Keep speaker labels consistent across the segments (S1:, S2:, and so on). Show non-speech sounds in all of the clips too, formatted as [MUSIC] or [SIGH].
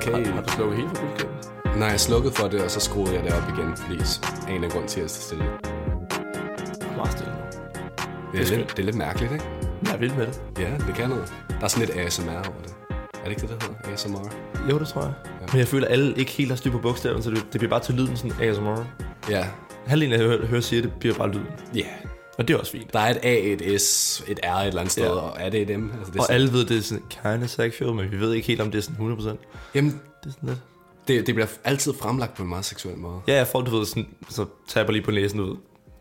S1: kan I...
S2: Har du slukket hele for guldkæden?
S1: Nej, jeg slukkede for det, og så skruede jeg det op igen, fordi s- af en eller anden grund til, at jeg er stille.
S2: Meget stille nu.
S1: Det er,
S2: skønt.
S1: lidt, det er lidt mærkeligt, ikke?
S2: Jeg er vild med det.
S1: Ja, det kan noget. Der er sådan lidt ASMR over det. Er det ikke det, det hedder? ASMR?
S2: Jo, det tror jeg. Ja. Men jeg føler, at alle ikke helt har styr på bogstaverne, så det, det bliver bare til lyden sådan ASMR.
S1: Ja.
S2: Halvdelen af hører, hører siger, det bliver bare lyden.
S1: Ja. Yeah.
S2: Og det er også fint.
S1: Der er et A, et S, et R et eller andet sted,
S2: Ja.
S1: og er det et M? Altså, det er
S2: Og
S1: sådan,
S2: alle ved, det er sådan kind of sexual, men vi ved ikke helt, om det er sådan 100%.
S1: jamen,
S2: Det er sådan lidt.
S1: det, det bliver altid fremlagt på en meget seksuel måde.
S2: Ja, ja, folk, du ved, sådan, så taber lige på næsen, du ved.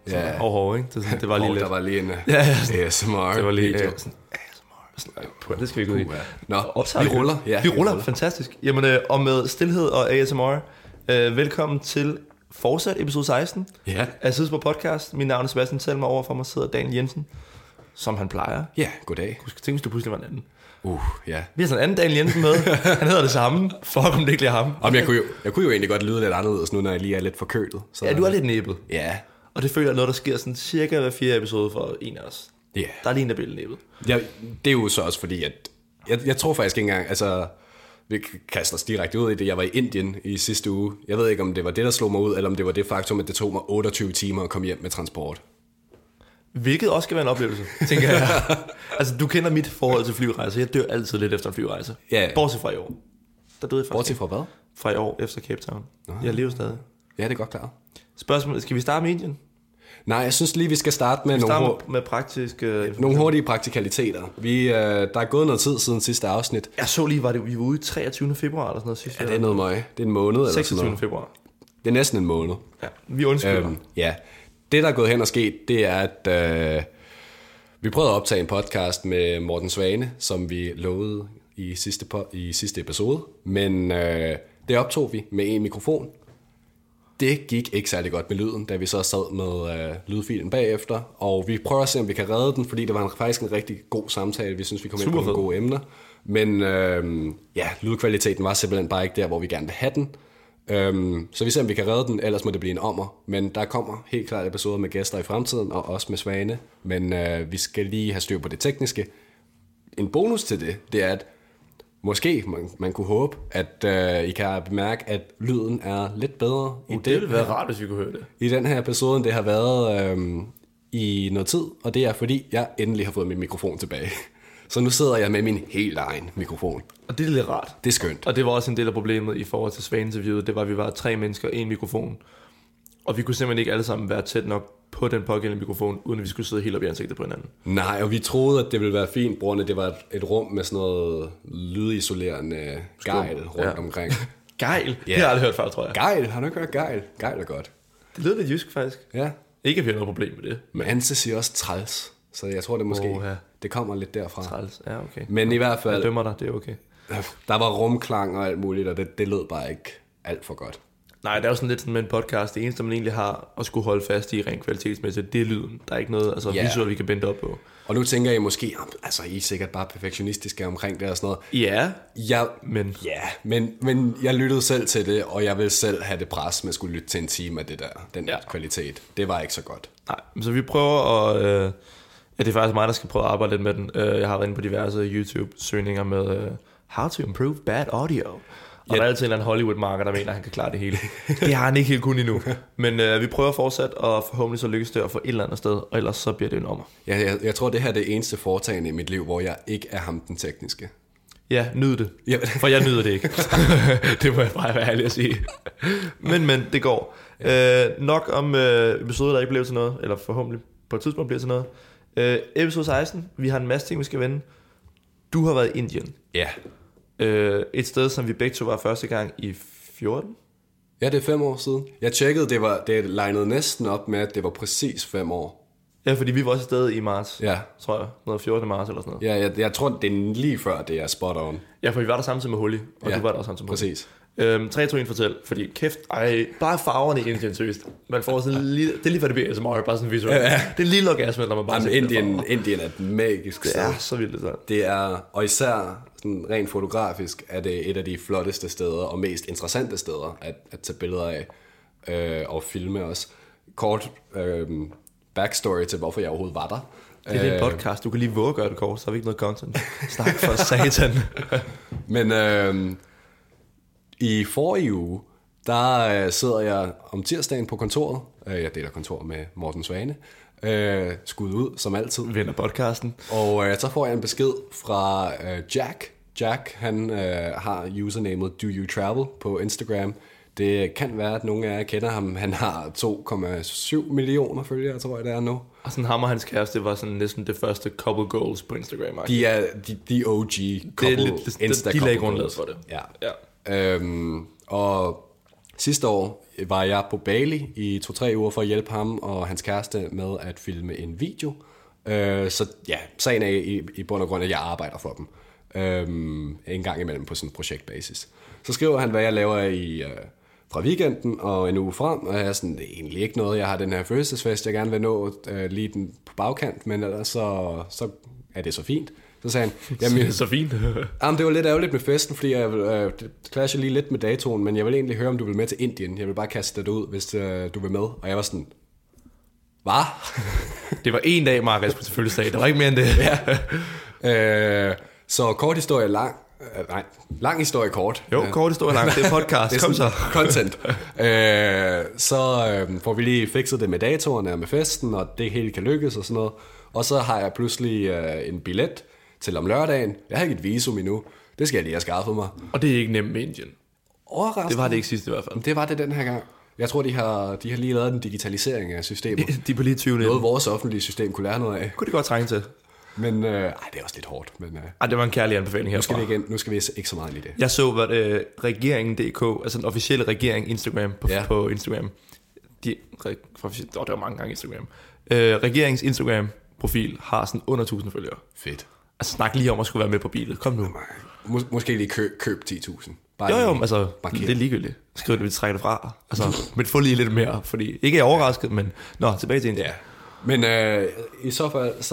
S2: Så,
S1: Ja.
S2: ja. Hov, hov, ikke? Det, er sådan, det var lige
S1: Hov,
S2: lidt.
S1: der var lige en øh,
S2: [LAUGHS] Ja, ja.
S1: ASMR.
S2: Det var lige
S1: video.
S2: det var sådan, ASMR. Sådan, øh, puha, det skal vi ikke ud i.
S1: Uha. Nå,
S2: Optager
S1: vi ruller. Ja,
S2: vi ruller. Fantastisk. Jamen, øh, og med stillhed og ASMR, øh, velkommen til fortsat episode 16
S1: Ja.
S2: af Sids på podcast. Mit navn er Sebastian Selmer, over for mig sidder Daniel Jensen, som han plejer.
S1: Ja, goddag.
S2: Du skal tænke, hvis du pludselig var en anden.
S1: Uh, ja.
S2: Vi har sådan en anden Daniel
S1: [LAUGHS]
S2: Jensen med. Han hedder det samme. Fuck, om det ikke lige er ham.
S1: Om jeg, kunne jo, jeg kunne jo egentlig godt lyde lidt anderledes nu, når jeg lige er lidt forkølet. Så,
S2: Ja, du er lidt næbet.
S1: Ja,
S2: Og det føler jeg er noget, der sker sådan cirka hver fjerde episode for en af os.
S1: ja.
S2: Der er lige en, der bliver lidt næbet.
S1: Ja, det er jo så også fordi, at jeg, jeg tror faktisk ikke engang, altså vi k- kaster os direkte ud i det. Jeg var i Indien i sidste uge. Jeg ved ikke, om det var det, der slog mig ud, eller om det var det faktum, at det tog mig 28 timer at komme hjem med transport.
S2: Hvilket også skal være en oplevelse,
S1: [LAUGHS]
S2: tænker jeg. altså, du kender mit forhold til flyrejser. Jeg dør altid lidt efter en flyrejse.
S1: Ja.
S2: Bortset fra i år. Der døde jeg faktisk
S1: Bortset fra hvad?
S2: ikke. fra i år efter Cape Town. Jeg lever stadig.
S1: Ja, det er godt klart.
S2: Spørgsmål, skal vi starte med Indien?
S1: Nej, jeg synes lige, vi skal starte med nogle,
S2: Start
S1: hur-
S2: med, med praktisk... Øh,
S1: nogle hurtige praktikaliteter. Vi, øh, der er gået noget tid siden sidste afsnit.
S2: jeg så lige, var det, vi var ude 23. februar eller sådan noget sidste
S1: Ja,
S2: år.
S1: det er noget møje. Det er en måned eller sådan
S2: 26.
S1: noget.
S2: februar.
S1: Det er næsten en måned.
S2: Ja, vi undskylder.
S1: Øhm, ja. Det, der er gået hen og sket, det er, at øh, vi prøvede at optage en podcast med Morten Svane, som vi lovede i sidste, po- i sidste episode. Men øh, det optog vi med en mikrofon. Det gik ikke særlig godt med lyden, da vi så sad med øh, lydfilen bagefter. Og vi prøver at se, om vi kan redde den, fordi det var en, faktisk en rigtig god samtale. Vi synes, vi kom ind på
S2: Super
S1: nogle
S2: fed.
S1: gode emner. Men øh, ja, lydkvaliteten var simpelthen bare ikke der, hvor vi gerne vil have den. Øhm, så vi ser, om vi kan redde den, ellers må det blive en ommer. Men der kommer helt klart episoder med gæster i fremtiden, og også med Svane. Men øh, vi skal lige have styr på det tekniske. En bonus til det, det er, at måske man, man kunne håbe, at øh, I kan bemærke, at lyden er lidt bedre i,
S2: det
S1: det,
S2: ville være rart, hvis vi kunne høre det.
S1: i den her episode, end det har været øhm, i noget tid. Og det er, fordi jeg endelig har fået min mikrofon tilbage. [LAUGHS] Så nu sidder jeg med min helt egen mikrofon.
S2: Og det er lidt rart.
S1: Det er skønt.
S2: Og det var også en del af problemet i forhold til Svane-interviewet, det var, at vi var tre mennesker og en mikrofon. Og vi kunne simpelthen ikke alle sammen være tæt nok på den pågældende mikrofon, uden at vi skulle sidde helt op i ansigtet på hinanden.
S1: Nej, og vi troede, at det ville være fint, brugerne. Det var et, et rum med sådan noget lydisolerende gejl rundt
S2: Ja.
S1: omkring.
S2: Gejl? Yeah. Det har jeg aldrig hørt før, tror jeg.
S1: [LAUGHS] Gejl? Har du ikke hørt gejl? Gejl er godt.
S2: Det lyder lidt jysk, faktisk.
S1: Ja.
S2: Ikke, at vi har noget problem med det.
S1: Men Anse siger også træls, så jeg tror, det måske
S2: Oha.
S1: det kommer lidt derfra.
S2: Træls. Ja, okay.
S1: Men i hvert
S2: Jeg
S1: fald,
S2: dømmer dig, det er okay.
S1: der var rumklang og alt muligt, og det, det lød bare ikke alt for godt.
S2: Nej, det er jo sådan lidt sådan med en podcast. Det eneste, man egentlig har at skulle holde fast i rent kvalitetsmæssigt, det er lyden. Der er ikke noget altså,
S1: Ja.
S2: yeah. visuelt, vi kan binde op på.
S1: Og nu tænker jeg måske, "Jamen, altså I er sikkert bare perfektionistiske omkring det og sådan noget.
S2: Ja,
S1: Jeg,
S2: men
S1: ja, men, men jeg lyttede selv til det, og jeg ville selv have det pres med at skulle lytte til en time af det der, den ja.
S2: Ja.
S1: kvalitet. Det var ikke så godt.
S2: Nej, men så vi prøver at... Øh, ja, det er faktisk mig, der skal prøve at arbejde lidt med den. Øh, jeg har været inde på diverse YouTube-søgninger med øh, How to improve bad audio. Og ja. der er altid en eller anden Hollywood-marker, der mener, at han kan klare det hele. [LAUGHS] Det har han ikke helt kun endnu. Men øh, vi prøver fortsat, og forhåbentlig så lykkes det at få et eller andet sted, og ellers så bliver det en ommer.
S1: Jeg, jeg, jeg tror, det her er det eneste foretagende i mit liv, hvor jeg ikke er ham den tekniske.
S2: Ja, nyd det.
S1: Ja.
S2: For jeg nyder det ikke. [LAUGHS] det må jeg bare være ærlig at sige. Men, men, det går. Øh, nok om øh, episoder, der ikke blev til noget, eller forhåbentlig på et tidspunkt bliver til noget. Øh, episode 16, vi har en masse ting, vi skal vende. Du har været i Indien.
S1: Ja.
S2: Øh, et sted, som vi begge to var første gang i 14.
S1: Ja, det er fem år siden. Jeg tjekkede, det var det legnede næsten op med, at det var præcis fem år.
S2: Ja, fordi vi var også afsted i marts,
S1: Ja.
S2: tror jeg. Noget 14. marts eller sådan noget.
S1: Ja, jeg, jeg tror, det er lige før, det er spot on.
S2: Ja, for vi var der samtidig med Hulli,
S1: Ja,
S2: og ja. du var der også samtidig med Hulli.
S1: Præcis.
S2: Øhm, 3, 2, 1, fortæl. Fordi kæft, ej, bare farverne i Indien, seriøst. Man får sådan lige, det er lige for det bliver ASMR, bare sådan visuelt. Ja, ja. Det er en lille orgasme, når man bare
S1: Jamen,
S2: ser de der
S1: Indien,
S2: farver.
S1: Indien er et magisk sted.
S2: Det
S1: Ja.
S2: er så vildt det der.
S1: Det er, og især sådan rent fotografisk, er det et af de flotteste steder og mest interessante steder at, at tage billeder af øh, og filme også. Kort øh, backstory til, hvorfor jeg overhovedet var der.
S2: Det er en podcast, du kan lige våge at gøre det, [LAUGHS] Kåre, så har vi ikke noget content. Snak for satan.
S1: Men øh, I forrige uge, der øh, sidder jeg om tirsdagen på kontoret. Øh, jeg deler kontor med Morten Svane. Øh, skud ud, som altid.
S2: Vinder podcasten.
S1: Og øh, så får jeg en besked fra øh, Jack. Jack, han øh, har usernamet Do You Travel på Instagram. Det kan være, at nogle af jer kender ham. Han har 2,7 millioner følgere, tror jeg, det er nu.
S2: Og sådan ham og hans kæreste var sådan næsten det første couple goals på Instagram. ikke?
S1: De er de, de OG couple,
S2: det er lidt, det,
S1: Insta
S2: de lagde
S1: couple goals.
S2: grundlaget for det.
S1: Ja.
S2: ja.
S1: Øhm, og sidste år var jeg på Bali i to-tre uger for at hjælpe ham og hans kæreste med at filme en video. Øh, så ja, sagen er i, i bund og grund, at jeg arbejder for dem. Øhm, en gang imellem på sådan en projektbasis. Så skriver han, hvad jeg laver i, øh, fra weekenden og en uge frem, og jeg er sådan, det er egentlig ikke noget, jeg har den her fødselsfest, jeg gerne vil nå øh, lige den på bagkant, men ellers så, så er det så fint. Så sagde
S2: [LAUGHS]
S1: han,
S2: Jamen, så fint.
S1: Jamen, det var lidt ærgerligt med festen, fordi jeg øh, det clasher lige lidt med datoen, men jeg vil egentlig høre, om du vil med til Indien. Jeg vil bare kaste dig ud, hvis øh, du vil med. Og jeg var sådan, hvad?
S2: [LAUGHS] det var en dag, Mark, jeg skulle til fødselsdag. Der var ikke mere end det. Ja.
S1: [LAUGHS] øh, så kort historie lang. Øh, nej, lang historie kort.
S2: [LAUGHS] Jo, kort historie langt. Det er podcast.
S1: Det er
S2: Kom så.
S1: sådan [LAUGHS] content. øh, så øh, får vi lige fikset det med datorerne og med festen, og det hele kan lykkes og sådan noget. Og så har jeg pludselig øh, en billet til om lørdagen. Jeg har ikke et visum endnu. Det skal jeg lige have skaffet mig.
S2: Og det er ikke nemt med Indien.
S1: Overraskende.
S2: Det var det ikke sidst i hvert fald.
S1: Det var det den her gang. Jeg tror, de har, de har lige lavet en digitalisering af
S2: [LAUGHS]
S1: systemet.
S2: De er på lige 20
S1: Noget
S2: Noget.
S1: vores offentlige system kunne lære noget af.
S2: Kunne det godt trænge til.
S1: Men øh, ej, det er også lidt hårdt. Men øh,
S2: Ej, det var en kærlig anbefaling
S1: skal
S2: herfra.
S1: vi igen, nu skal vi ikke så meget ind i det.
S2: Jeg så, hvad øh, regeringen.dk, altså den officielle regering Instagram på,
S1: Ja.
S2: ja. på Instagram. De, re, for, oh, det var mange gange Instagram. Øh, regeringens Instagram-profil har sådan under 1000 følgere.
S1: Fedt.
S2: Altså snak lige om at skulle være med på bilet. Kom nu.
S1: Mås- måske lige køb, køb 10.000. Bare
S2: Jo jo,
S1: lige
S2: altså
S1: markér.
S2: det er ligegyldigt. Skriv det, vi trækker det fra. Altså, men få lige lidt mere, fordi ikke er jeg overrasket, men nå, tilbage til Indien.
S1: Ja. Men øh, i så fald, så,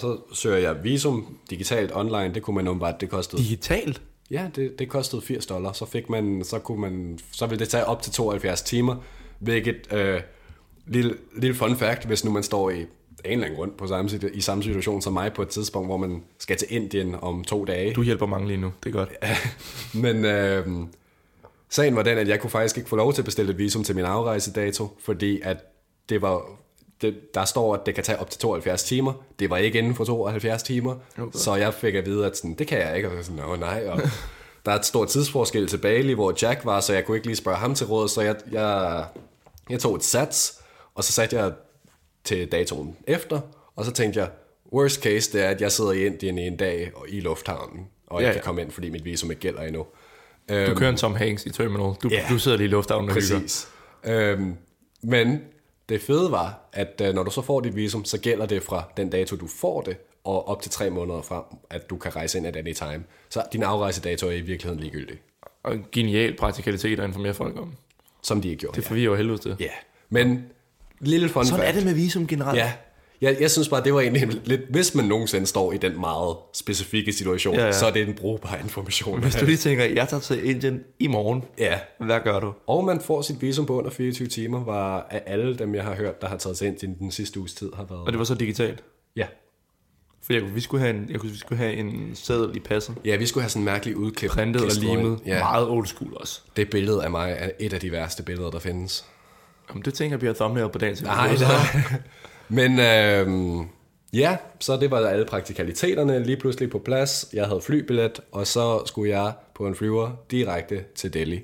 S1: så søger jeg visum digitalt online. Det kunne man åbenbart, det kostede.
S2: Digitalt?
S1: Ja, det, det kostede 80 dollar. Så fik man, så kunne man, så ville det tage op til 72 timer, hvilket øh, lille, lille fun fact, hvis nu man står i af en eller anden grund på samme, situ- i samme situation som mig på et tidspunkt, hvor man skal til Indien om to dage.
S2: Du hjælper mange lige nu, det er godt.
S1: Men øh, sagen var den, at jeg kunne faktisk ikke få lov til at bestille et visum til min afrejsedato, fordi at det var, det, der står, at det kan tage op til 72 timer. Det var ikke inden for 72 timer, okay. så jeg fik at vide, at sådan, det kan jeg ikke, og så sådan, åh nej, og der er et stort tidsforskel til Bali, hvor Jack var, så jeg kunne ikke lige spørge ham til råd, så jeg, jeg, jeg tog et sats, og så satte jeg til datoen efter, og så tænkte jeg, worst case, det er, at jeg sidder i Indien i en dag og i lufthavnen, og jeg
S2: Ja,
S1: kan
S2: ja.
S1: komme ind, fordi mit visum ikke gælder endnu.
S2: Du kører en Tom Hanks i Terminal. Du,
S1: Ja.
S2: yeah. du sidder lige i lufthavnen og hygger.
S1: Præcis. Øhm, men det fede var, at øh, når du så får dit visum, så gælder det fra den dato, du får det, og op til tre måneder frem, at du kan rejse ind at any time. Så din afrejsedato er i virkeligheden ligegyldig,
S2: Og en genial praktikalitet at informere folk om.
S1: som de ikke gjorde.
S2: Det forvirrer jo helvede til.
S1: Ja, yeah. men lille fun fact.
S2: det med visum generelt.
S1: Ja. Jeg, jeg synes bare, det var egentlig en lidt... Hvis man nogensinde står i den meget specifikke situation, ja,
S2: Ja,
S1: ja.
S2: ja.
S1: så er det en brugbar information.
S2: Hvis du lige tænker, jeg tager til Indien i morgen,
S1: [LAUGHS] Ja.
S2: hvad gør du?
S1: Og man får sit visum på under 24 timer, var af alle dem, jeg har hørt, der har taget sig ind til den sidste uges tid, har
S2: Og
S1: været...
S2: det var så digitalt.
S1: Ja.
S2: For jeg, kunne- vi skulle have en, jeg kunne, vi skulle have en sædel i passet.
S1: Ja, vi skulle have sådan en mærkelig udklip.
S2: Printet og
S1: klistret ind.
S2: limet.
S1: Ja.
S2: Meget old school også.
S1: Det billede af mig er et af de værste billeder, der findes.
S2: Jamen, det tænker jeg bliver thumbnail på dagen.
S1: [LAUGHS] Nej, nej. Men øhm, ja, så det var alle praktikaliteterne lige pludselig på plads. Jeg havde flybillet, og så skulle jeg på en flyver direkte til Delhi.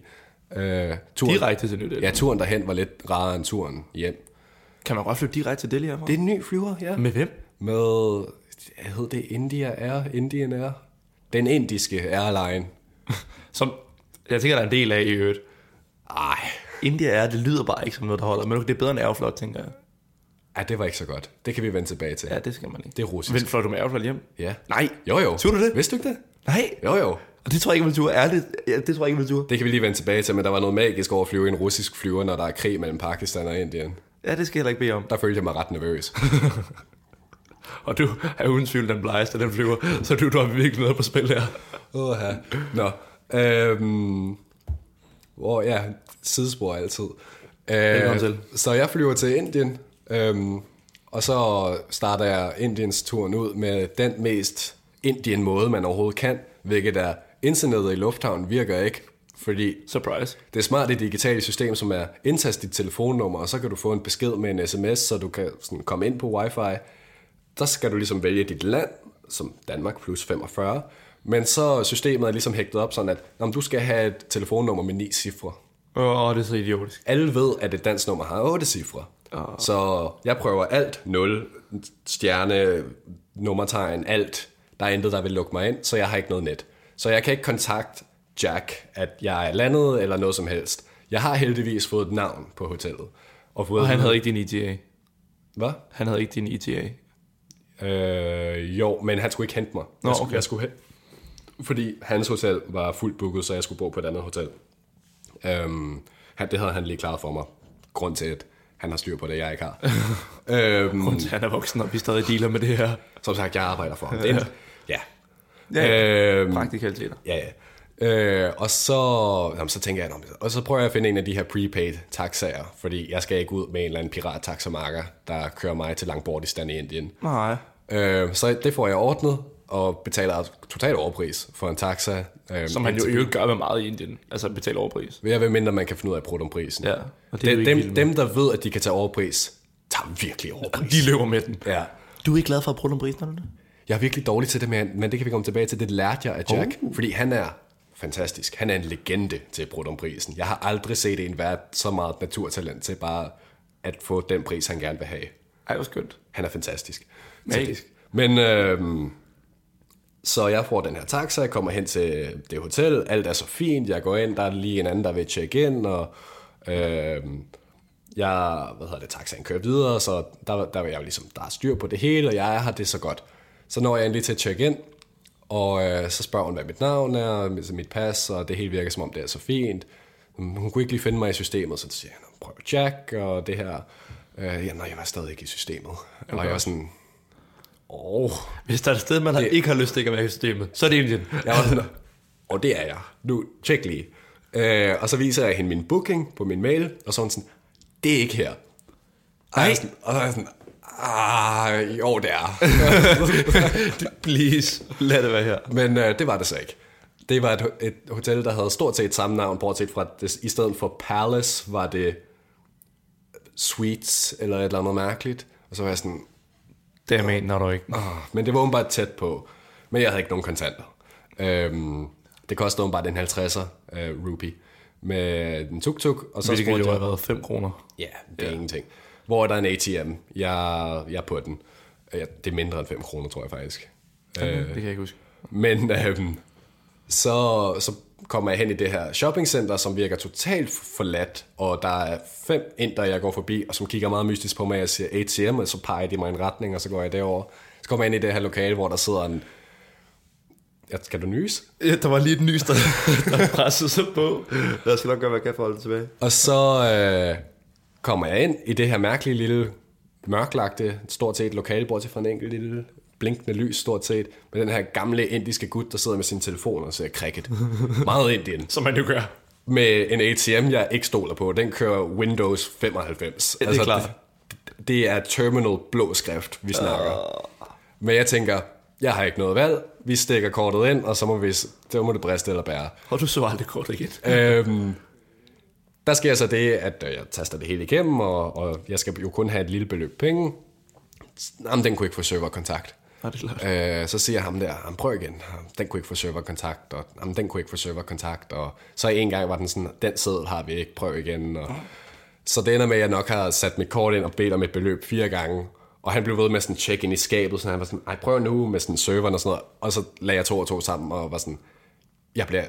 S1: Øh, turen,
S2: Direkte til New Delhi.
S1: Ja, turen derhen var lidt rarere end turen hjem.
S2: Kan man godt flytte direkte til Delhi herfra?
S1: Det er en ny flyver, ja.
S2: Med hvem?
S1: Med, hvad hed det, India Air? Indian Air? Den indiske airline.
S2: Som jeg tænker, der er en del af i øvrigt.
S1: Ej,
S2: India er, det lyder bare ikke som noget, der holder. Men okay, det er bedre end Aeroflot, tænker jeg.
S1: ja, det var ikke så godt. Det kan vi vende tilbage til.
S2: Ja, det skal man ikke.
S1: Det er russisk.
S2: Men fløj du med Aeroflot hjem?
S1: Ja.
S2: Nej.
S1: Jo, jo.
S2: Tror du det?
S1: Vidste du ikke det?
S2: Nej.
S1: Jo, jo.
S2: Og det tror jeg ikke, man turde. Ærligt, ja, det tror jeg ikke, man turde.
S1: Det kan vi lige vende tilbage til, men der var noget magisk over at flyve i en russisk flyver, når der er krig mellem Pakistan og Indien.
S2: Ja, det skal jeg heller ikke bede om.
S1: Der følte jeg mig ret nervøs.
S2: [LAUGHS] Og du er uden tvivl den blegeste, den flyver. Så du, du har virkelig noget på spil her.
S1: Åh, ja. Nå. Øhm, hvor, ja, sidespor altid. Øh,
S2: Velkommen til.
S1: så jeg flyver til Indien, øhm, og så starter jeg Indiens turen ud med den mest Indien måde, man overhovedet kan, hvilket er, internettet i lufthavnen virker ikke. Fordi
S2: Surprise.
S1: det er smart det digitale system, som er indtast dit telefonnummer, og så kan du få en besked med en sms, så du kan sådan komme ind på wifi. Der skal du ligesom vælge dit land, som Danmark plus 45, men så systemet er ligesom hægtet op sådan, at om du skal have et telefonnummer med ni cifre.
S2: Åh, oh, det er så idiotisk.
S1: Alle ved, at et dansk nummer har otte cifre. Oh. Så jeg prøver alt, 0, stjerne, nummertegn, alt. Der er intet, der vil lukke mig ind, så jeg har ikke noget net. Så jeg kan ikke kontakte Jack, at jeg er landet eller noget som helst. Jeg har heldigvis fået et navn på hotellet. Og fået
S2: Og han havde ikke din ETA.
S1: Hvad?
S2: Han havde ikke din E ETA.
S1: Øh, jo, men han skulle ikke hente mig.
S2: Nå,
S1: jeg, skulle,
S2: okay.
S1: jeg skulle hen, fordi hans hotel var fuldt booket, så jeg skulle bo på et andet hotel. Øhm, han, det havde han lige klaret for mig. Grund til, at han har styr på det, jeg ikke
S2: [LAUGHS]
S1: har. øhm,
S2: Han er voksen, og vi stadig dealer med det her.
S1: som sagt, jeg arbejder for ham. Det er en- Ja.
S2: Ja,
S1: Øhm,
S2: Praktikaliteter.
S1: Ja, ja. Øh, og så, jamen, så tænker jeg, "Nå, men så- og så prøver jeg at finde en af de her prepaid taxaer, fordi jeg skal ikke ud med en eller anden pirat taxamarker, der kører mig til Langbordistan i Indien.
S2: Nej.
S1: Øh, så det får jeg ordnet, og betaler total overpris for en taxa. Øh,
S2: Som han jo i øvrigt gør med meget i Indien. Altså betale overpris.
S1: Ved at være mindre, man kan finde ud af protonprisen.
S2: Ja, og
S1: og
S2: det er du
S1: det
S2: ikke
S1: dem,
S2: vild med.
S1: dem, der ved, at de kan tage overpris, tager virkelig
S2: [LAUGHS]
S1: overpris.
S2: De løber med den.
S1: Ja.
S2: Du er ikke glad for at bruge den pris, når du det?
S1: Jeg er virkelig dårlig til det, men men det kan vi komme tilbage til. Det lærte jeg af Jack,
S2: Oh.
S1: uh. fordi han er fantastisk. Han er en legende til Brudumprisen. Jeg har aldrig set en være så meget naturtalent til bare at få den pris, han gerne vil have.
S2: Ej, hvor skønt.
S1: Han er fantastisk.
S2: Magisk.
S1: Så- Men øhm, så jeg får den her taxa, jeg kommer hen til det hotel, alt er så fint, jeg går ind, der er lige en anden, der vil tjekke ind, og øhm, jeg, hvad hedder det, taxaen kører videre, så der, der var jeg jo ligesom, der er styr på det hele, og jeg har det så godt. Så når jeg endelig til at tjekke ind, og øh, så spørger hun, hvad mit navn er, og mit- mit pas, og det hele virker som om, det er så fint. Mm, Hun kunne ikke lige finde mig i systemet, så siger jeg, "Nå, prøv Jack, og det her. Øh, ja, nej, jeg var stadig ikke i systemet. Okay. Og jeg var sådan, åh, oh.
S2: Hvis der er et sted, man har ikke har lyst til ikke at være i systemet, så er det Indien.
S1: Jeg var sådan, og det er jeg. Nu, tjek lige. Øh, og så viser jeg hende min booking på min mail, og så er hun sådan, det er ikke her. Og, jeg er sådan, og så er jeg sådan, ah, jo, det er.
S2: [LAUGHS] Please, lad det være her.
S1: Men øh, det var det så ikke. Det var et, et hotel, der havde stort set samme navn, bortset fra, at det, i stedet for Palace var det Suites eller et eller andet mærkeligt. Og så var jeg sådan,
S2: Det er mener du ikke.
S1: Åh, men det var åbenbart tæt på. Men jeg havde ikke nogen kontanter. Øhm, det kostede åbenbart en 50'er øh, rupee med en tuk-tuk. Og så
S2: Hvilket
S1: spurgte
S2: jo har
S1: jeg,
S2: været 5 kroner.
S1: ja, det er ja. ingenting. Hvor er der en ATM? Jeg, jeg er på den. Øh, Det er mindre end 5 kroner, tror jeg faktisk.
S2: Øh. Det kan jeg ikke huske.
S1: Men øhm, så, så kommer jeg hen i det her shoppingcenter, som virker totalt forladt, og der er fem indere, jeg går forbi, og som kigger meget mystisk på mig, jeg siger ATM, og så peger de mig i en retning, og så går jeg derover. Så kommer jeg ind i det her lokale, hvor der sidder en... Ja, Skal du nys?
S2: Ja, Øh, der var lige et nys, der, der pressede sig på. Jeg skal nok gøre, hvad jeg kan for at holde det tilbage.
S1: Og så øh, kommer jeg ind i det her mærkelige lille mørklagte, stort set lokale, bortset fra en enkelt lille blinkende lys stort set, med den her gamle indiske gut, der sidder med sin telefon og ser cricket. Meget Indien.
S2: Som man jo gør.
S1: med en ATM, jeg ikke stoler på. Den kører Windows 95.
S2: Ja, det er klart.
S1: Det, det er terminal blå skrift, vi snakker.
S2: Ah.
S1: Men jeg tænker, jeg har ikke noget valg. Vi stikker kortet ind, og så må, vi, så må det briste eller bære.
S2: Og du så aldrig kort igen.
S1: Øhm, der sker så det, at øh, jeg taster det hele igennem, og, og jeg skal jo kun have et lille beløb penge. Jamen, den kunne ikke få serverkontakt.
S2: Nej, det er klart.
S1: Øh, så siger ham der, han prøv igen, Jamen, den kunne ikke få serverkontakt, og jamen, den kunne ikke få serverkontakt, og så en gang var den sådan, den seddel har vi ikke, prøv igen. Og, så det ender med, at jeg nok har sat mit kort ind og bedt om et beløb fire gange, og han blev ved med sådan check ind i skabet, så han var sådan, ej prøv nu med sådan serveren og sådan noget, og så lagde jeg to og to sammen og var sådan, jeg bliver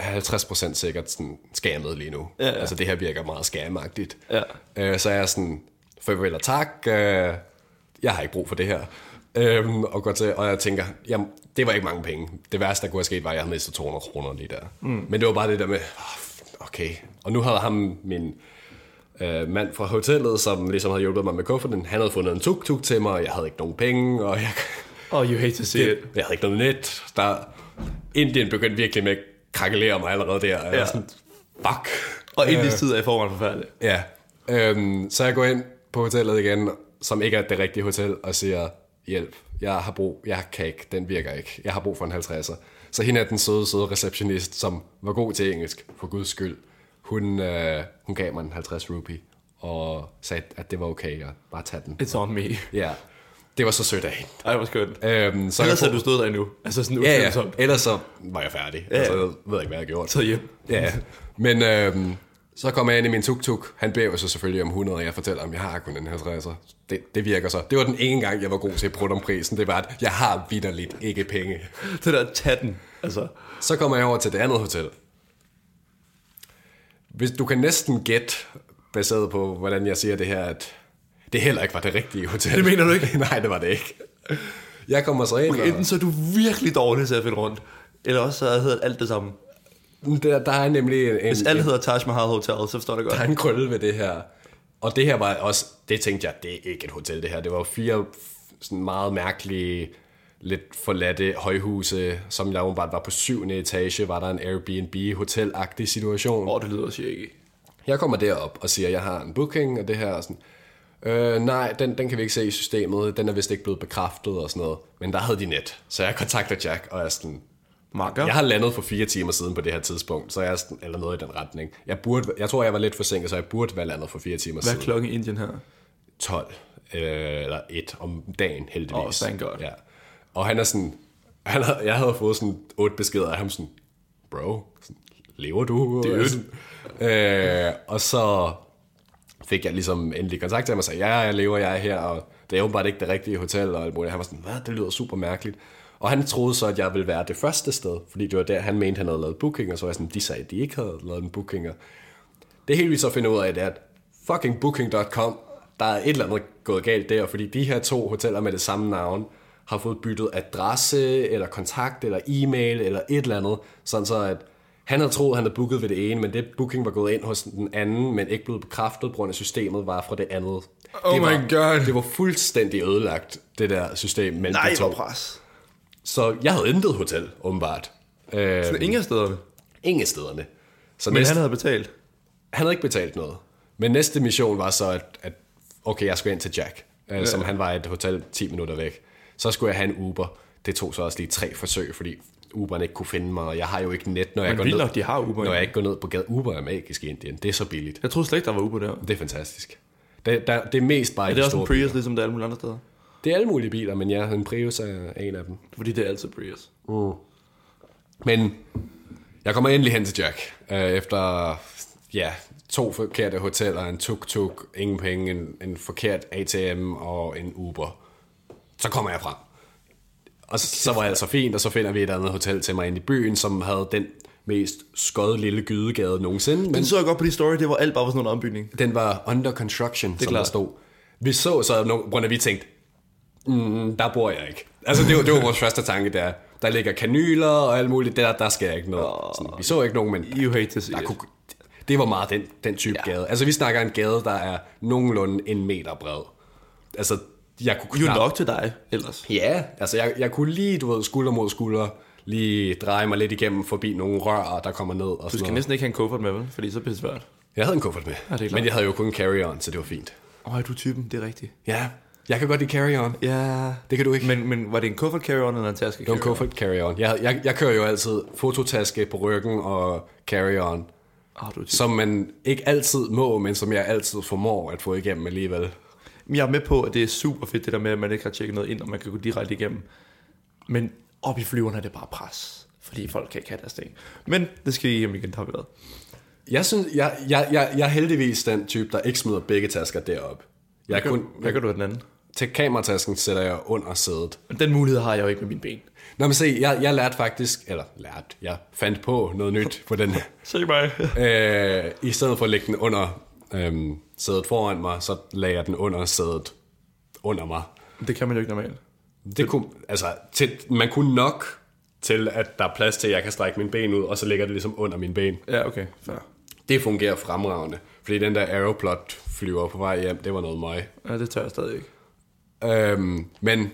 S1: 50% sikkert sådan scammet lige nu. Ja, ja. Altså det her virker meget scamagtigt.
S2: Ja.
S1: Øh, så er jeg sådan, farvel og tak, øh, jeg har ikke brug for det her. Øhm, og, går til, og jeg tænker, jamen, det var ikke mange penge. Det værste, der kunne have sket, var, at jeg havde mistet 200 kroner lige der. Mm. Men det var bare det der med, "Åh, okay. Og nu havde ham, min øh, mand fra hotellet, som ligesom havde hjulpet mig med kufferten, han havde fundet en tuk-tuk til mig, og jeg havde ikke nogen penge, og jeg,
S2: Oh, you hate to see it.
S1: jeg havde ikke noget net. Der, Indien begyndte virkelig med at krakkelere mig allerede der. Og jeg
S2: Ja.
S1: var sådan, fuck. Øh,
S2: Og Indiens tid er i forvejen forfærdelig.
S1: Ja. Øhm, så jeg går ind på hotellet igen, som ikke er det rigtige hotel, og siger, hjælp. Jeg har brug, jeg kan ikke, den virker ikke. Jeg har brug for en 50'er. Så hende er den søde, søde receptionist, som var god til engelsk, for guds skyld. Hun, øh, hun gav mig en 50 rupee og sagde, at det var okay at bare tage den.
S2: It's on me.
S1: Ja, det var så sødt af hende.
S2: Ej, hvor skønt.
S1: Øhm, så
S2: Ellers
S1: jeg,
S2: havde du stået der endnu. Altså sådan
S1: ja, ja.
S2: utvivlsomt.
S1: Ellers så var jeg færdig. Ja. Altså, jeg ved jeg ikke, hvad jeg gjorde.
S2: [LAUGHS] Så hjem.
S1: Ja, men øhm, så kommer jeg ind i min tuk-tuk. Han beder jo så selvfølgelig om 100, og jeg fortæller ham, jeg har kun en 50'er. Det, det virker så. Det var den ene gang, jeg var god til at prutte om prisen. Det var, at jeg har vidderligt ikke penge.
S2: Det der, tag den. Altså,
S1: Så kommer jeg over til det andet hotel. Hvis du kan næsten gætte, baseret på, hvordan jeg siger det her, at det heller ikke var det rigtige hotel.
S2: Det mener du ikke?
S1: [LAUGHS] Nej, det var det ikke. Jeg kommer så ind, og
S2: enten så er du virkelig dårlig til at finde rundt, eller også så hedder alt det samme.
S1: der, der er nemlig en, en,
S2: Hvis alt hedder Taj Mahal Hotel, så forstår jeg det godt.
S1: der er en krølle ved det her. Og det her var også, det tænkte jeg, det er ikke et hotel det her. Det var fire sådan meget mærkelige, lidt forladte højhuse, som jeg åbenbart var på syvende etage, var der en Airbnb hotelagtig situation.
S2: Åh, oh, det lyder også ikke.
S1: Jeg kommer derop og siger, at jeg har en booking, og det her og sådan. Øh, nej, den, den kan vi ikke se i systemet. Den er vist ikke blevet bekræftet og sådan noget. Men der havde de net. Så jeg kontakter Jack og er sådan,
S2: Marker?
S1: jeg har landet for fire timer siden på det her tidspunkt, så jeg er sådan, eller noget i den retning. Jeg, burde, jeg tror, jeg var lidt forsinket, så jeg burde være landet for fire timer
S2: Hvad
S1: siden.
S2: er klokken i Indien her?
S1: 12 øh, eller 1 om dagen, heldigvis.
S2: Åh, thank God.
S1: Ja. Og han er sådan, han havde, jeg havde fået sådan otte beskeder af ham sådan, bro, sådan, lever du? Det
S2: øvrigt.
S1: øh, og så fik jeg ligesom endelig kontakt til ham og sagde, ja, jeg lever, jeg er her, og det er åbenbart ikke det rigtige hotel, og alt muligt. han var sådan, hvad, det lyder super mærkeligt. Og han troede så, at jeg ville være det første sted, fordi det var der, han mente, han havde lavet bookinger, så var jeg sådan, de sagde, at de ikke havde lavet en bookinger. Det hele vi så finder ud af, det er, at fucking booking.com, der er et eller andet gået galt der, fordi de her to hoteller med det samme navn, har fået byttet adresse, eller kontakt, eller e-mail, eller et eller andet, sådan så at han havde troet, han havde booket ved det ene, men det booking var gået ind hos den anden, men ikke blevet bekræftet, på grund af systemet var fra det andet. Oh det
S2: my
S1: var,
S2: God.
S1: Det var fuldstændig ødelagt, det der system mellem
S2: Nej,
S1: de
S2: hvor
S1: to.
S2: pres.
S1: Så jeg havde intet hotel, åbenbart. Øh,
S2: Men ingen af stederne.
S1: ingen af stederne. Så
S2: Men
S1: næste-
S2: han havde betalt.
S1: han havde ikke betalt noget. Men næste mission var så, at, at okay, jeg skulle ind til Jack, øh, som han var i et hotel 10 minutter væk. Så skulle jeg have en Uber. Det tog så også lige tre forsøg, fordi Uberen ikke kunne finde mig, og jeg har jo ikke net, når jeg, går
S2: vildt
S1: ned,
S2: nok, de har Uber,
S1: når
S2: ja.
S1: jeg ikke går ned på gaden. Uber er magisk i Indien. Det er så billigt.
S2: Jeg troede slet ikke, der var Uber der.
S1: Det er fantastisk. Det, der, det er mest bare i
S2: Er
S1: de
S2: det også
S1: store
S2: en Prius, ligesom det er alle mulige andre steder?
S1: biler. Det er alle mulige biler, men ja, en Prius er en af dem.
S2: Fordi det er altid Prius.
S1: Men jeg kommer endelig hen til Jack, øh, efter ja, to forkerte hoteller, en tuk-tuk, ingen penge, en, en forkert ATM og en Uber. Så kommer jeg frem. Og så, så var jeg så fint, og så finder vi et andet hotel til mig inde i byen, som havde den mest skøde lille gydegade nogensinde. Men
S2: Men så jeg godt på de story, det var alt bare var sådan en ombygning.
S1: den var under construction, det som
S2: klart.
S1: der stod. Vi så så, no, grund af, at vi tænkte, mm, der bor jeg ikke. Altså, det var, det var vores første tanke, der. Der ligger kanyler og alt muligt, der, der skal jeg ikke noget. Sådan, vi så ikke nogen, men
S2: You hate to see
S1: der
S2: it.
S1: kunne, det var meget den, den type ja. gade. Altså, vi snakker en gade, der er nogenlunde en meter bred. Altså, jeg kunne
S2: Jo
S1: knap-
S2: nok til dig, ellers.
S1: Ja, altså jeg, jeg kunne lige, du ved, skulder mod skulder, lige dreje mig lidt igennem forbi nogle rør, der kommer ned og
S2: Du
S1: sådan
S2: skal
S1: noget.
S2: næsten ikke have en kuffert med, vel? Fordi så bliver det svært.
S1: Jeg havde en kuffert med,
S2: det er klart.
S1: men jeg havde jo kun en carry-on, så det var fint.
S2: Åh, oh, du er typen, det er rigtigt.
S1: Ja, jeg kan godt lide carry-on.
S2: Ja.
S1: Det kan du ikke.
S2: Men, men var det en kuffert carry-on eller en taske
S1: Det var en kuffert carry-on. Jeg, jeg, jeg kører jo altid fototaske på ryggen og carry-on,
S2: Åh, oh, du er typen.
S1: som man ikke altid må, men som jeg altid formår at få igennem alligevel.
S2: Jeg er med på, at det er super fedt det der med, at man ikke har tjekket noget ind, og man kan gå direkte igennem. Men op i flyverne er det bare pres. Fordi folk kan ikke have deres ting. Men det skal I hjem igen, der har vi været.
S1: Jeg, synes, jeg, jeg, jeg, jeg er heldigvis den type, der ikke smider begge tasker derop. Jeg
S2: Hvad,
S1: kun,
S2: gør- hvad gør du af den anden?
S1: til kameratasken sætter jeg under sædet.
S2: Den mulighed har jeg jo ikke med mine ben.
S1: Nå, men se, jeg, jeg lærte faktisk, eller lærte, jeg fandt på noget nyt på [LAUGHS] den
S2: Se mig. [LAUGHS]
S1: øh, I stedet for at lægge den under øh, sædet foran mig, så lagde jeg den under sædet under mig.
S2: det kan man jo ikke normalt.
S1: Det kunne, altså, til, man kunne nok til, at der er plads til, at jeg kan strække mine ben ud, og så ligger det ligesom under mine ben.
S2: Ja, okay. Fair.
S1: Det fungerer fremragende, fordi den der Aeroplot flyver på vej hjem, det var noget møg.
S2: Ja, det tør jeg stadig ikke.
S1: Øhm, men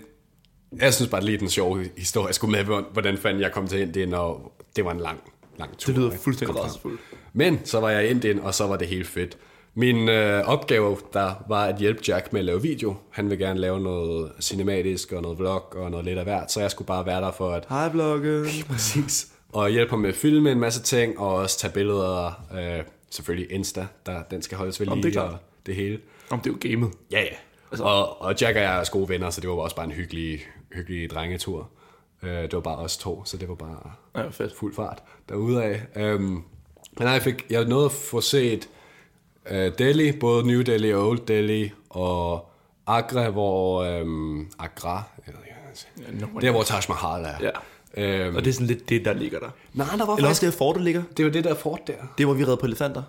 S1: jeg synes bare lige den sjove historie, jeg skulle med, hvor- hvordan fanden jeg kom til Indien, og det var en lang, lang tur.
S2: Det lyder
S1: ikke?
S2: fuldstændig
S1: Kom frem.
S2: rædselsfuldt.
S1: Men så var jeg i Indien, og så var det helt fedt. Min øh, opgave der var at hjælpe Jack med at lave video. Han vil gerne lave noget cinematisk og noget vlog og noget lidt af hvert, så jeg skulle bare være der for at
S2: Hej vloggen.
S1: Præcis. Og hjælpe ham med at filme en masse ting, og også tage billeder. Øh, selvfølgelig Insta, der, den skal holdes ved
S2: Om det er
S1: lige,
S2: klart.
S1: og det hele.
S2: Om det er jo gamet.
S1: Ja, ja. Altså, og, og Jack og jeg er også gode venner, så det var også bare en hyggelig, hyggelig drengetur. Øh, det var bare os to, så det var bare
S2: Ja, fedt.
S1: fuld fart derudad. Øhm, men nej, jeg, fik, jeg nåede at få set øh, Delhi, både New Delhi og Old Delhi, og Agra, hvor... Øhm, Agra? Jeg ved ikke, hvad jeg siger.
S2: no
S1: der, hvor Taj Mahal er.
S2: Ja.
S1: Øhm,
S2: Og det er sådan lidt det, der ligger der.
S1: nej, der var
S2: Eller
S1: faktisk...
S2: også det her fort, der ligger.
S1: Det var det der fort der.
S2: Det, hvor vi redder på elefanter.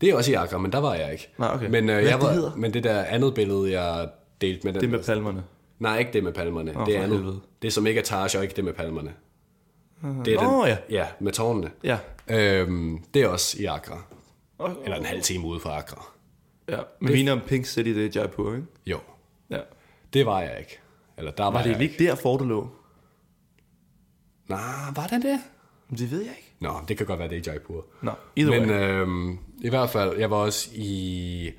S1: Det er også i Agra, men der var jeg ikke.
S2: Nej, okay.
S1: Men, øh,
S2: Hvad
S1: jeg
S2: det
S1: var,
S2: hedder?
S1: men det der andet billede, jeg delte med den
S2: Det med palmerne.
S1: Nej, ikke det med palmerne. Oh, det er
S2: for
S1: andet.
S2: helvede. Ah.
S1: Det som ikke er Taj, og ikke det med palmerne. Det er
S2: Nå,
S1: den,
S2: ja.
S1: ja, med tårnene.
S2: Ja.
S1: Øhm, det er også i Agra.
S2: Og,
S1: Eller en halv time ude fra Agra.
S2: ja. Men det... om Pink City, det er Jaipur, ikke?
S1: Jo,
S2: Ja.
S1: det var jeg ikke. Eller der var,
S2: Var det
S1: jeg
S2: ikke der, fortet lå?
S1: Nej, var det det?
S2: Det ved jeg ikke.
S1: Nå, det kan godt være, det er i Jaipur.
S2: Nå, either
S1: Men
S2: way.
S1: øhm, i hvert fald, jeg var også i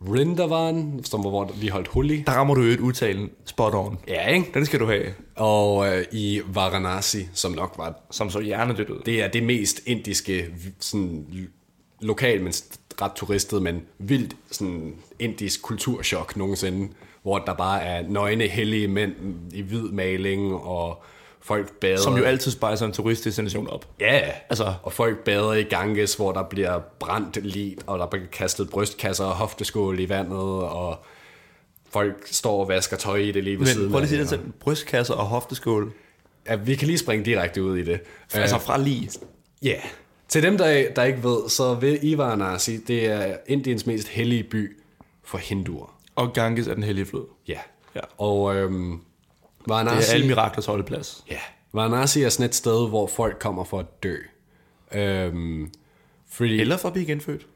S1: Rindavan, som var, hvor vi holdt hul i.
S2: Der rammer du jo et udtalen spot on.
S1: Ja, ikke?
S2: Den skal du have.
S1: Og øh, i Varanasi, som nok var
S2: Som så hjernedødt ud.
S1: det er det mest indiske, sådan lo- lokal, men st- ret turistet, men vildt sådan indisk kulturschok nogensinde, hvor der bare er nøgne, hellige mænd i hvid maling, og folk bader.
S2: Som jo altid spejser en turistdestination op.
S1: Ja,
S2: Altså-
S1: altså. og folk bader i Ganges, hvor der bliver brændt lit, og der bliver kastet brystkasser og hofteskål i vandet, og folk står og vasker tøj i det lige ved
S2: Men
S1: siden
S2: prøv lige at sige den
S1: af.
S2: selv. Brystkasser og hofteskål.
S1: Ja, vi kan lige springe direkte ud i det.
S2: Altså fra lige.
S1: Ja. Yeah. Til dem, der, der ikke ved, så ved Ivaranasi, det er Indiens mest hellige by for hinduer.
S2: Og Ganges er den hellige flod.
S1: Ja.
S2: Ja.
S1: Og øhm,
S2: Det er
S1: Varanasi...
S2: alle miraklers holdeplads.
S1: Ja. Varanasi er sådan et sted, hvor folk kommer for at dø. Øhm, fordi...
S2: Eller for at blive genfødt.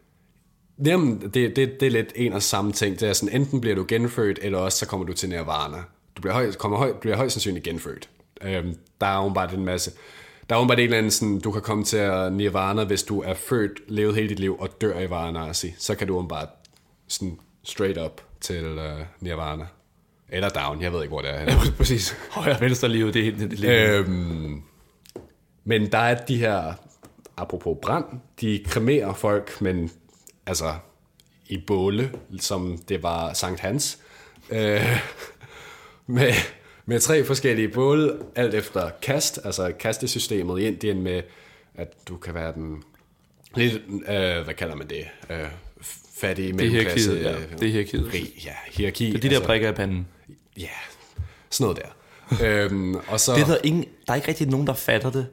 S1: Jamen, det, det, det er lidt en og samme ting. Det er sådan, enten bliver du genfødt, eller også så kommer du til nirvana. Du bliver højst, kommer høj, bliver højst sandsynligt genfødt. Øhm, der er jo bare den masse... Der er jo bare en eller anden sådan, du kan komme til at nirvana, hvis du er født, levet hele dit liv og dør i Varanasi. Så kan du bare sådan straight up til øh, nirvana. Eller down, jeg ved ikke, hvor det er. henne.
S2: Præcis. Højre og venstre livet, det er helt det øh.
S1: Øhm, men der er de her, apropos brand, de kremerer folk, men altså i båle, som det var Sankt Hans, øh, [LAUGHS] med, med tre forskellige båle, alt efter kast, altså kastesystemet i Indien med, at du kan være den lidt, øh, hvad kalder man det, øh, fattige
S2: Det er
S1: mellemklasse,
S2: hierarkiet, ja.
S1: øh,
S2: Det er hierarkiet.
S1: rig, ja, hierarki, altså,
S2: Det er de der prikker i panden.
S1: ja, sådan noget der. øhm, og så,
S2: Det er der, ingen, der er ikke rigtig nogen, der fatter det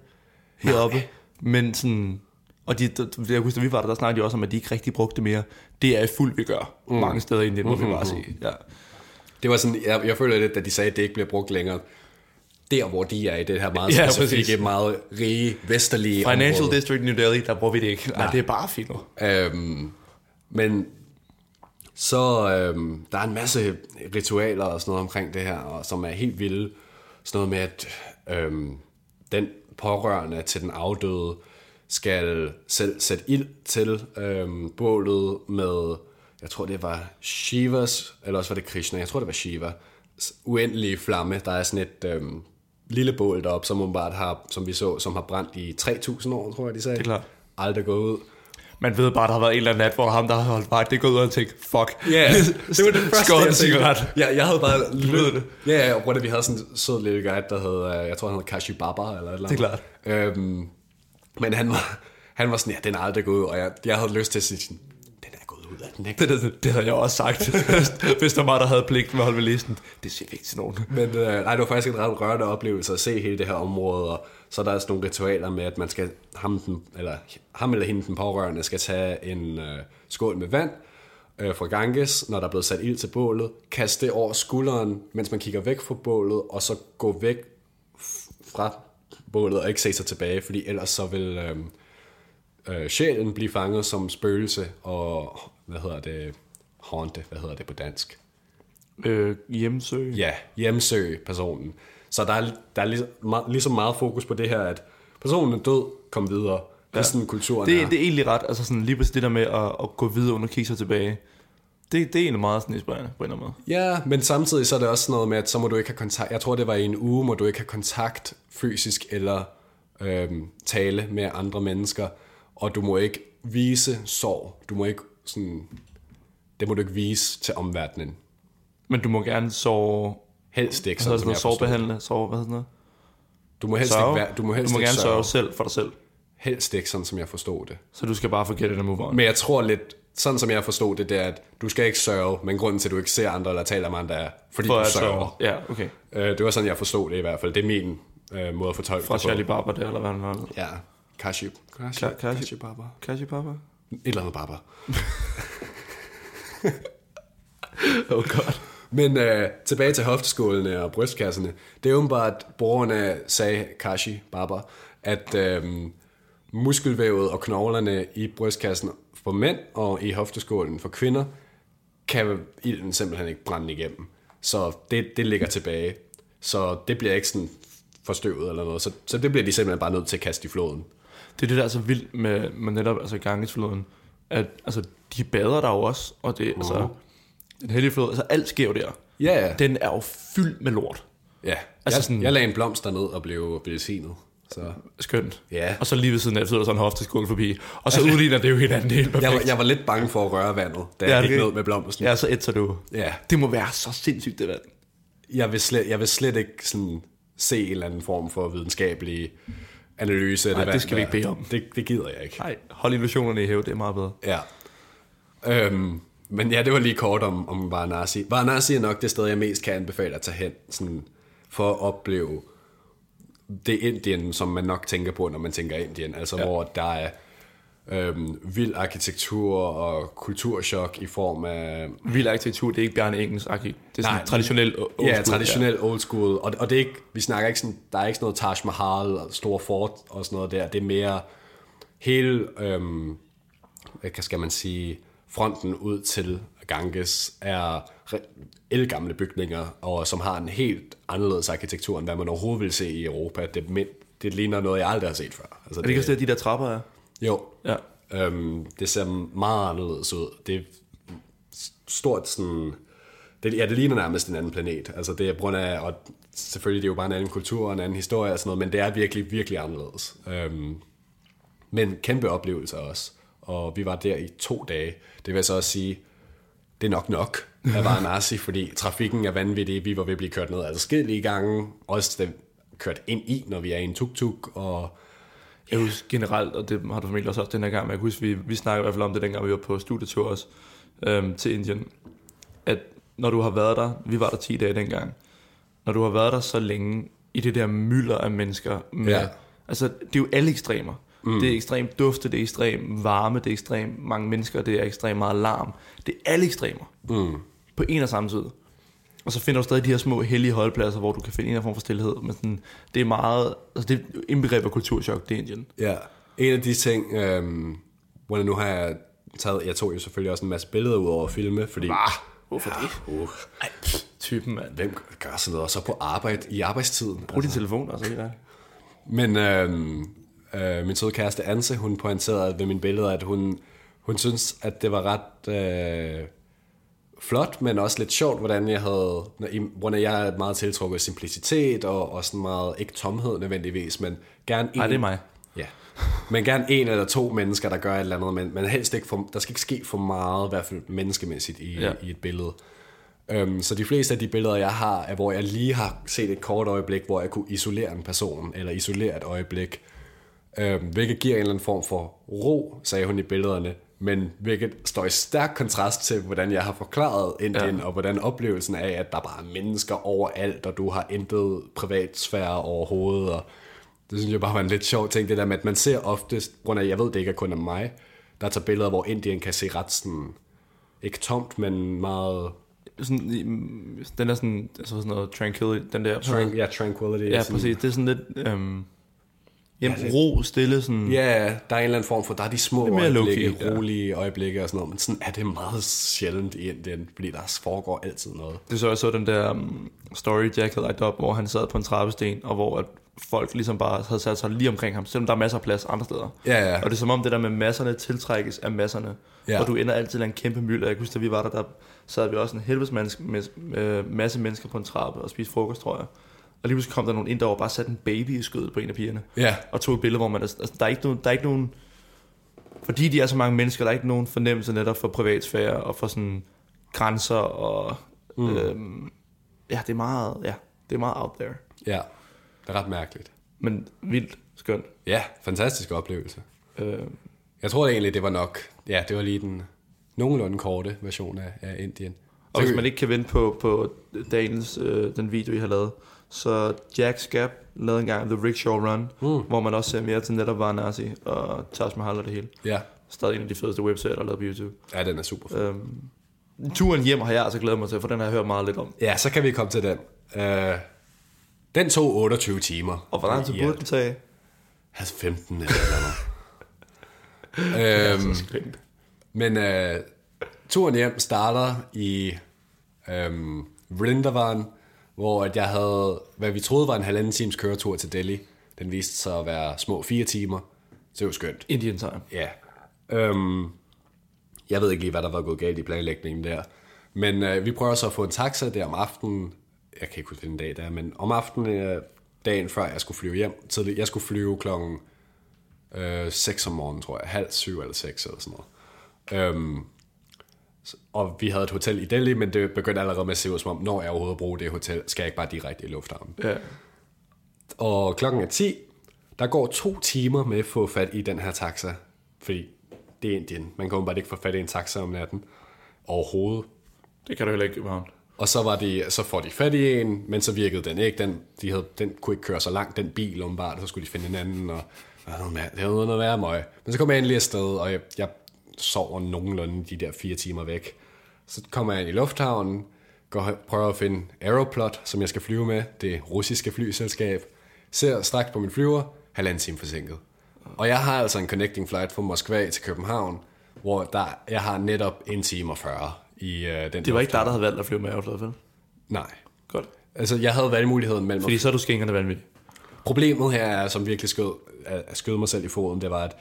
S2: heroppe. Men sådan... Og de, der- jeg husker, da vi var der, der snakkede de også om, at de ikke rigtig brugte det mere. Det er fuldt, vi gør. Mm. Mange steder i Indien, må vi bare sige. Ja.
S1: Det var sådan, jeg, jeg føler lidt, at de sagde, at det ikke bliver brugt længere. Der, hvor de er i det her meget
S2: [LAUGHS] Ja,
S1: ja,
S2: præcis.
S1: specifikke, meget rige, vesterlige
S2: Financial
S1: område.
S2: District New Delhi, der bruger vi det ikke. Nej, det er bare fint nu.
S1: Øhm, men så øhm, der er en masse ritualer og sådan noget omkring det her, og, som er helt vilde. Sådan noget med, at øhm, den pårørende til den afdøde skal selv sætte ild til øhm, bålet med, jeg tror det var Shivas, eller også var det Krishna, jeg tror det var Shiva, s- uendelige flamme. Der er sådan et øhm, lille bål deroppe, som, åbenbart har, som vi så, som har brændt i 3.000 år, tror jeg de sagde.
S2: Det er klart.
S1: Aldrig gået ud.
S2: Man ved bare, der har været en eller anden nat, hvor ham, der har holdt vagt, det går ud og tænker, fuck.
S1: [LAUGHS] Ja, det
S2: [LAUGHS]
S1: var det første,
S2: Skål en
S1: tænkte.
S2: cigaret.
S1: Ja, jeg havde bare
S2: ved det.
S1: lyttet. Ja, ja, og prøv at vi havde sådan en sød lille guide, der hed, øh, jeg tror han hed Kashi Baba eller et eller andet.
S2: Det er
S1: Øhm, men han var, han var sådan, ja, den er aldrig gået ud, og jeg, jeg havde lyst til at sige sådan, den er gået ud af den, ikke?
S2: [LAUGHS] Det, det, det havde jeg også sagt, hvis der var, der havde pligt med at holde ved listen. Det siger vi ikke til nogen.
S1: Men øh, nej, det var faktisk en ret rørende oplevelse at se hele det her område, og så er der sådan nogle ritualer med, at man skal, ham, den, eller, ham eller hende, den pårørende, skal tage en øh, skål med vand øh, fra Ganges, når der er blevet sat ild til bålet, kaste det over skulderen, mens man kigger væk fra bålet, og så gå væk f- fra bålet og ikke se sig tilbage, fordi ellers så vil øh, øh, sjælen blive fanget som spøgelse og, hvad hedder det, haunte, hvad hedder det på dansk?
S2: Øh, hjemsøg.
S1: ja, hjemsøge personen. Så der er, der er ligesom, meget, ligesom meget fokus på det her, at personen er død, kom videre. ja. sådan kulturen
S2: Det,
S1: er.
S2: det er egentlig ret, altså sådan lige præcis det der med at, at gå videre og kigge sig tilbage. Det, det er egentlig meget sådan inspirerende på en eller anden måde.
S1: Ja, men samtidig så er det også sådan noget med, at så må du ikke have kontakt, jeg tror det var i en uge, må du ikke have kontakt fysisk eller øhm, tale med andre mennesker, og du må ikke vise sorg, du må ikke sådan, det må du ikke vise til omverdenen.
S2: Men du må gerne sove,
S1: Helst ikke,
S2: så er
S1: sådan,
S2: det
S1: som
S2: noget
S1: jeg forstod.
S2: sovebehandlende, sove, hvad hedder det?
S1: Du må helst
S2: Sørge.
S1: ikke, være, du må helst
S2: du må
S1: ikke
S2: gerne
S1: sørge.
S2: sørge selv for dig selv.
S1: Helst ikke, sådan som jeg forstod det.
S2: Så du skal bare forget it and move on.
S1: Men jeg tror lidt, sådan som jeg forstod det, det er, at du skal ikke sørge, men grunden til, at du ikke ser andre eller taler med andre, er, fordi
S2: For
S1: du
S2: at
S1: sørger.
S2: sørge. Ja, okay.
S1: Øh, det var sådan, jeg forstod det i hvert fald. Det er min øh, måde at fortolke
S2: Fra
S1: det på.
S2: Charlie Barber der, eller hvad han var.
S1: Ja, Kaship. Kaship,
S2: Ka- Kashif.
S1: Kaship Baba.
S2: Kashi Barber?
S1: Et eller andet Baba.
S2: Oh god.
S1: Men øh, tilbage til hofteskålene og brystkasserne. Det er åbenbart, at brugerne sagde, Kashi Baba, at øh, muskelvævet og knoglerne i brystkassen for mænd og i hofteskålen for kvinder, kan ilden simpelthen ikke brænde igennem. Så det, det ligger tilbage. Så det bliver ikke sådan forstøvet eller noget. Så, så det bliver de simpelthen bare nødt til at kaste i floden.
S2: Det er det, der er så vildt med, med netop altså gangesfloden, at altså, de bader der jo også, og det, uh-huh. altså, den hellige flod, altså alt sker jo der.
S1: Ja, ja.
S2: Den er jo fyldt med lort.
S1: Ja, altså
S2: Altså
S1: jeg, sådan...
S2: sådan-
S1: jeg lagde en blomst derned og blev velsignet. Så.
S2: Skønt.
S1: Ja. Altså,
S2: Og så lige ved siden af, så er der sådan en hofteskål forbi, og så udligner det jo hinanden helt perfekt.
S1: Jeg var, jeg var lidt bange for at røre vandet, da
S2: Ja,
S1: jeg gik
S2: det-
S1: ned med blomsten.
S2: Ja, så et så du.
S1: Ja.
S2: Det må være så sindssygt, det vand.
S1: Jeg, vil slet, jeg vil slet ikke sådan se en eller anden form for videnskabelig analyse af
S2: Nej,
S1: det
S2: det
S1: vand
S2: skal vi ikke
S1: der.
S2: bede om.
S1: Det, det gider jeg ikke.
S2: Nej, hold illusionerne i hæve, det er meget bedre.
S1: Ja. Øhm, men ja, det var lige kort om, om Varanasi. Varanasi er nok det sted, jeg mest kan anbefale at tage hen, sådan, for at opleve det Indien, som man nok tænker på, når man tænker Indien. Altså, ja. hvor der er øhm, vild arkitektur og kulturschok i form af
S2: Vild arkitektur, det er ikke Bjarne Engels arkitektur. Det er sådan
S1: Nej,
S2: Nej, traditionel old
S1: ja,
S2: school,
S1: traditionel old school. Og, og det er ikke, vi snakker ikke sådan, der er ikke sådan noget Taj Mahal og store fort og sådan noget der. Det er mere hele, øhm, hvad kan- skal man sige, fronten ud til Ganges er re- elgamle bygninger, og som har en helt anderledes arkitektur, end hvad man overhovedet vil se i Europa. Det, mind, det ligner noget, jeg aldrig har set før. Altså,
S2: Er det ikke også det, de der trapper er?
S1: Jo,
S2: Ja.
S1: Øhm, det ser meget anderledes ud. Det er s- stort sådan... Det, ja, det ligner nærmest en anden planet. Altså det er på grund af, og selvfølgelig det er jo bare en anden kultur og en anden historie og sådan noget, men det er virkelig, virkelig anderledes. Øhm, men kæmpe oplevelser også. Og vi var der i to dage. Det vil jeg så også sige, det er nok nok at være nazi, fordi trafikken er vanvittig. Vi var ved at blive kørt ned adskillige gange. Også det kørt ind i, når vi er i en tuk-tuk. Og
S2: Jeg husker generelt, og det har du formentlig også haft den her gang, men jeg kan huske, vi, vi snakkede i hvert fald om det, dengang vi var på studietur også øhm, til Indien, at når du har været der, vi var der 10 dage dengang, når du har været der så længe i det der mylder af mennesker, med,
S1: Ja.
S2: ja. altså det er jo alle ekstremer. Mm. Det er ekstremt dufte, det er ekstremt varme, det er ekstremt mange mennesker, det er ekstremt meget larm. Det er alle ekstremer. Mm. På en og samme tid. Og så finder du stadig de her små hellige holdpladser, hvor du kan finde en eller anden form for stillhed. Men sådan, det er meget... Altså det er indbegrebet af kulturchok, det er Indien.
S1: Ja, en af de ting, øhm, hvor nu har jeg taget, jeg tog jo selvfølgelig også en masse billeder ud over filme, fordi... Ah,
S2: hvorfor
S1: det? Uh,
S2: Ej, pff, typen, mand.
S1: hvem gør sådan noget, og så på arbejde, i arbejdstiden?
S2: Brug din telefon, altså. Ikke?
S1: Men øhm, øh, min søde kæreste Anse, hun pointerede ved mine billeder, at hun, hun synes, at det var ret øh, flot, men også lidt sjovt, hvordan jeg havde, når, i, hvordan jeg er meget tiltrukket af simplicitet, og, og sådan meget, ikke tomhed nødvendigvis, men gerne en,
S2: Nej, det er mig.
S1: Ja. Men gerne en eller to mennesker, der gør et eller andet, men, men helst ikke for, der skal ikke ske for meget, i hvert fald menneskemæssigt i, ja.
S2: Ja.
S1: i et billede. Um, så de fleste af de billeder, jeg har, er, hvor jeg lige har set et kort øjeblik, hvor jeg kunne isolere en person, eller isolere et øjeblik, um, hvilket giver en eller anden form for ro, sagde hun i billederne, men hvilket står i stærk kontrast til, hvordan jeg har forklaret Indien, ja. og hvordan oplevelsen af, at der bare er mennesker overalt, og du har intet privatsfære overhovedet, og det synes jeg bare var en lidt sjov ting, det der med, at man ser oftest, grund af, jeg ved det ikke er kun af mig, der tager billeder, hvor Indien kan se ret sådan, ikke tomt, men meget
S2: Sådan, i- mm, den der sådan, altså sådan noget tranquility, den der...
S1: Tran- ja, tranquility.
S2: ja,
S1: sådan-
S2: præcis. Det er sådan lidt... Øhm, jamen, ro, stille, sådan...
S1: Ja, der er en eller anden form for, der er de små
S2: mere
S1: øjeblikke,
S2: low-key, ja.
S1: rolige øjeblikke og sådan noget, men sådan er det meget sjældent i Indien, fordi der foregår altid noget.
S2: Det så jeg så den der um, story, Jack havde lagt op, hvor han sad på en trappesten, og hvor at folk ligesom bare havde sat sig lige omkring ham, selvom der er masser af plads andre steder.
S1: Ja, ja.
S2: Og det er som om det der med masserne tiltrækkes af masserne.
S1: Ja.
S2: Ja. Og du ender altid i en kæmpe myld. Og jeg kan huske, da vi var der, der sad vi også en helvedes menneske, med, øh, masse mennesker på en trappe og spiste frokost, tror jeg. Og lige pludselig kom der nogen ind, der var bare sat en baby i skødet på en af pigerne.
S1: Ja.
S2: Og tog et billede, hvor man... Altså, der, er ikke nogen, der er ikke nogen... Fordi de er så mange mennesker, der er ikke nogen fornemmelse netop for privatsfære og for sådan grænser og... Mm. Øhm, ja, det er meget... Ja, det er meget out there.
S1: Ja, det er ret mærkeligt.
S2: Men vildt skønt.
S1: Ja, fantastisk oplevelse.
S2: Øh,
S1: Jeg tror egentlig, det var nok. Ja, det var lige den nogenlunde korte version af, af Indien.
S2: og hvis man ikke kan vente på, på dagens, øh, den video, I har lavet, så Jack Scab lavede engang The Rickshaw Run, mm. hvor man også ser mere til netop Varanasi og Taj Mahal og det hele.
S1: Ja,
S2: Stadig en af de fedeste websider, der er lavet på YouTube.
S1: ja den er super fed.
S2: Øhm, turen hjem har jeg altså glædet mig til, for den har jeg hørt meget lidt om.
S1: Ja, så kan vi komme til den. Øh, den tog 28 timer.
S2: Og hvor lang tid
S1: I
S2: burde
S1: alt.
S2: den tage?
S1: 15 eller noget. [LAUGHS] øhm,
S2: Så skønt.
S1: Men øh, turen hjem starter i øh, Vrindavan, hvor at jeg havde, hvad vi troede var en halvanden times køretur til Delhi. Den viste sig at være små fire timer. Så det var skønt.
S2: Indian time.
S1: Ja. Øhm, jeg ved ikke lige, hvad der var gået galt i planlægningen der. Men øh, vi prøver så at få en taxa der om aftenen. Jeg kan ikke huske, hvilken dag det er, men om aftenen øh, dagen før jeg skulle flyve hjem. Tidligt. Jeg skulle flyve klokken øh, 6 om morgenen, tror jeg. Halv syv eller seks eller sådan noget. Øhm, s- og vi havde et hotel i Delhi, men det begyndte allerede med at se ud som om, når jeg overhovedet bruger det hotel, skal jeg ikke bare direkte i lufthavnen.
S2: Ja.
S1: Og klokken er 10. Der går to timer med at få fat i den her taxa. Fordi det er Indien. Man kan jo bare ikke få fat i en taxa om natten. Overhovedet.
S2: Det kan du heller ikke i København.
S1: Og så, var de, så får de fat i en, men så virkede den ikke. Den, de havde, den kunne ikke køre så langt, den bil umiddelbart. Så skulle de finde en anden, og det var noget, mær- det var noget, noget værre møg. Men så kom jeg endelig afsted, og jeg, jeg sover nogenlunde de der fire timer væk. Så kommer jeg ind i lufthavnen, går, hen- prøver at finde Aeroplot, som jeg skal flyve med, det russiske flyselskab. Ser straks på min flyver, halvanden time forsinket. Og jeg har altså en connecting flight fra Moskva til København, hvor der, jeg har netop en time og 40 i øh, den
S2: Det var ikke dig, der havde valgt at flyve med Aeroflot, vel?
S1: Nej,
S2: Godt.
S1: Altså, jeg havde valgmuligheden mellem...
S2: Fordi så er du skængerne vanvittig.
S1: Problemet her, er, som virkelig skød, er- skød mig selv i foden, det var, at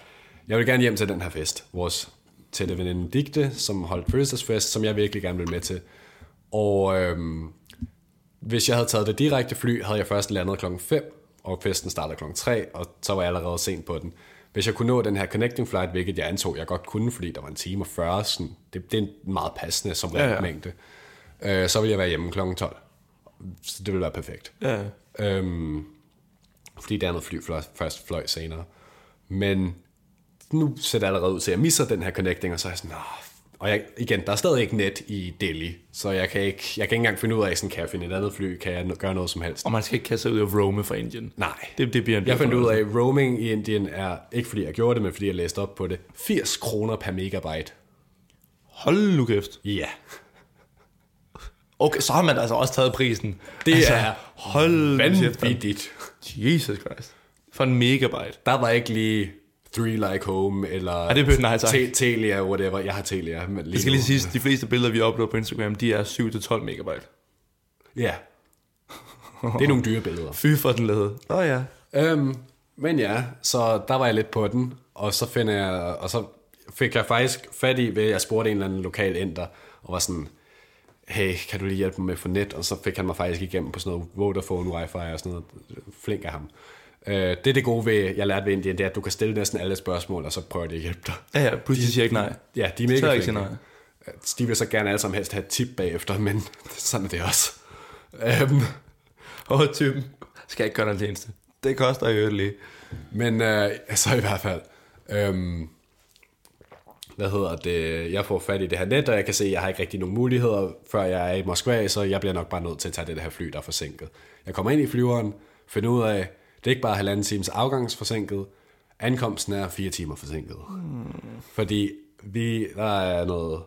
S1: jeg ville gerne hjem til den her fest. Vores tætte veninde Digte, som holdt fødselsdagsfest, som jeg virkelig gerne ville med til. Og øhm, hvis jeg havde taget det direkte fly, havde jeg først landet klokken 5, og festen starter klokken 3, og så var jeg allerede sent på den. Hvis jeg kunne nå den her connecting flight, hvilket jeg antog, jeg godt kunne, fordi der var en time og 40, sådan, det, det er en meget passende som ja,
S2: Ja,
S1: ja.
S2: ja.
S1: mængde, øh, så ville jeg være hjemme klokken 12. Så det ville være perfekt.
S2: Ja.
S1: Øhm, fordi der er noget fly fløj, først fløj senere. Men nu ser det allerede ud til, at jeg misser den her connecting, og så er jeg sådan, "Nå." og jeg, igen, der er stadig ikke net i Delhi, så jeg kan ikke, jeg kan ikke engang finde ud af, sådan, kan jeg finde et andet fly, kan jeg no- gøre noget som helst.
S2: Og man skal ikke kaste sig ud af Rome fra Indien.
S1: Nej.
S2: Det, det bliver en
S1: Jeg fandt ud af, at roaming i Indien er, ikke fordi jeg gjorde det, men fordi jeg læste op på det, 80 kroner per megabyte.
S2: Hold nu kæft.
S1: Ja. Yeah.
S2: Okay, så har man altså også taget prisen.
S1: Det
S2: altså,
S1: er
S2: hold kæft. mand.
S1: Vanvittigt.
S2: Jesus Christ. For en megabyte.
S1: Der var ikke lige Three Like Home, eller
S2: det blev- nej, tak.
S1: Te- Telia, whatever. Jeg har Telia. Men lige
S2: Jeg skal lige sige, at de fleste billeder, vi uploader på Instagram, de er 7-12 megabyte.
S1: Ja. Det er nogle dyre billeder.
S2: Fy for den lede. Åh oh, ja.
S1: Øhm, men ja, så der var jeg lidt på den, og så, finder jeg, og så fik jeg faktisk fat i, ved at jeg spurgte en eller anden lokal inder, og var sådan, hey, kan du lige hjælpe mig med for net? Og så fik han mig faktisk igennem på sådan noget Vodafone Wi-Fi og sådan noget. Flink af ham. Øh, det er det gode ved, jeg lærte ved Indien, det er, at du kan stille næsten alle spørgsmål, og så prøver de at hjælpe dig.
S2: Ja, ja, pludselig siger jeg ikke nej.
S1: Ja, de er
S2: Så
S1: mega
S2: er jeg ikke sige
S1: flinke.
S2: nej.
S1: De vil så gerne alle sammen helst have et tip bagefter, men [LAUGHS] sådan er det også. Øhm,
S2: Åh, oh, typen. Skal jeg ikke gøre den tjeneste. Det koster jo lige.
S1: Men øh, [LAUGHS] så i hvert fald, øhm, hvad hedder det, jeg får fat i det her net, og jeg kan se, at jeg har ikke rigtig nogen muligheder, før jeg er i Moskva, så jeg bliver nok bare nødt til at tage det her fly, der er forsinket. Jeg kommer ind i flyveren, finder ud af, det er ikke bare halvanden times afgangsforsinket, ankomsten er fire timer forsinket. Mm. Fordi vi, der er noget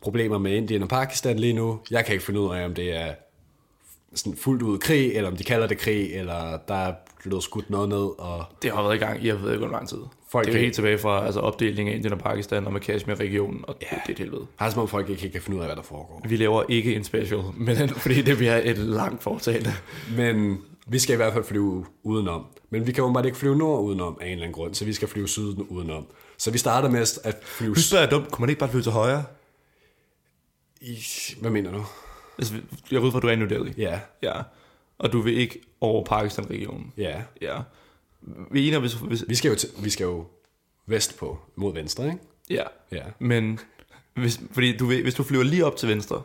S1: problemer med Indien og Pakistan lige nu. Jeg kan ikke finde ud af, om det er sådan fuldt ud krig, eller om de kalder det krig, eller der er blevet skudt noget ned, og
S2: Det har været i gang i, jeg ved ikke, hvor lang tid.
S1: Folk
S2: Folk det er
S1: kan-
S2: jo helt tilbage fra altså, opdelingen af Indien og Pakistan og med Kashmir-regionen, og yeah. det, det er et helvede.
S1: Har som om folk ikke kan finde ud af, hvad der foregår.
S2: [LAUGHS] Vi laver ikke en special, men fordi det bliver et langt foretagende.
S1: [LAUGHS] Men Vi skal i hvert fald flyve udenom. Men vi kan jo bare ikke flyve nord udenom af en eller anden grund, så vi skal flyve syd udenom. Så vi starter med at flyve...
S2: Nu spørger jeg dumt, kunne man ikke bare flyve til højre?
S1: I, hvad mener du?
S2: Altså, jeg ved, hvor du er i New Delhi.
S1: Ja,
S2: Ja. Og du vil ikke over Pakistan-regionen.
S1: ja.
S2: Ja. Vi er enige, om, hvis, hvis...
S1: Vi skal jo, til, vi skal jo vestpå mod venstre, ikke?
S2: Ja.
S1: Ja.
S2: Men hvis, fordi du, vil- hvis du flyver lige op til venstre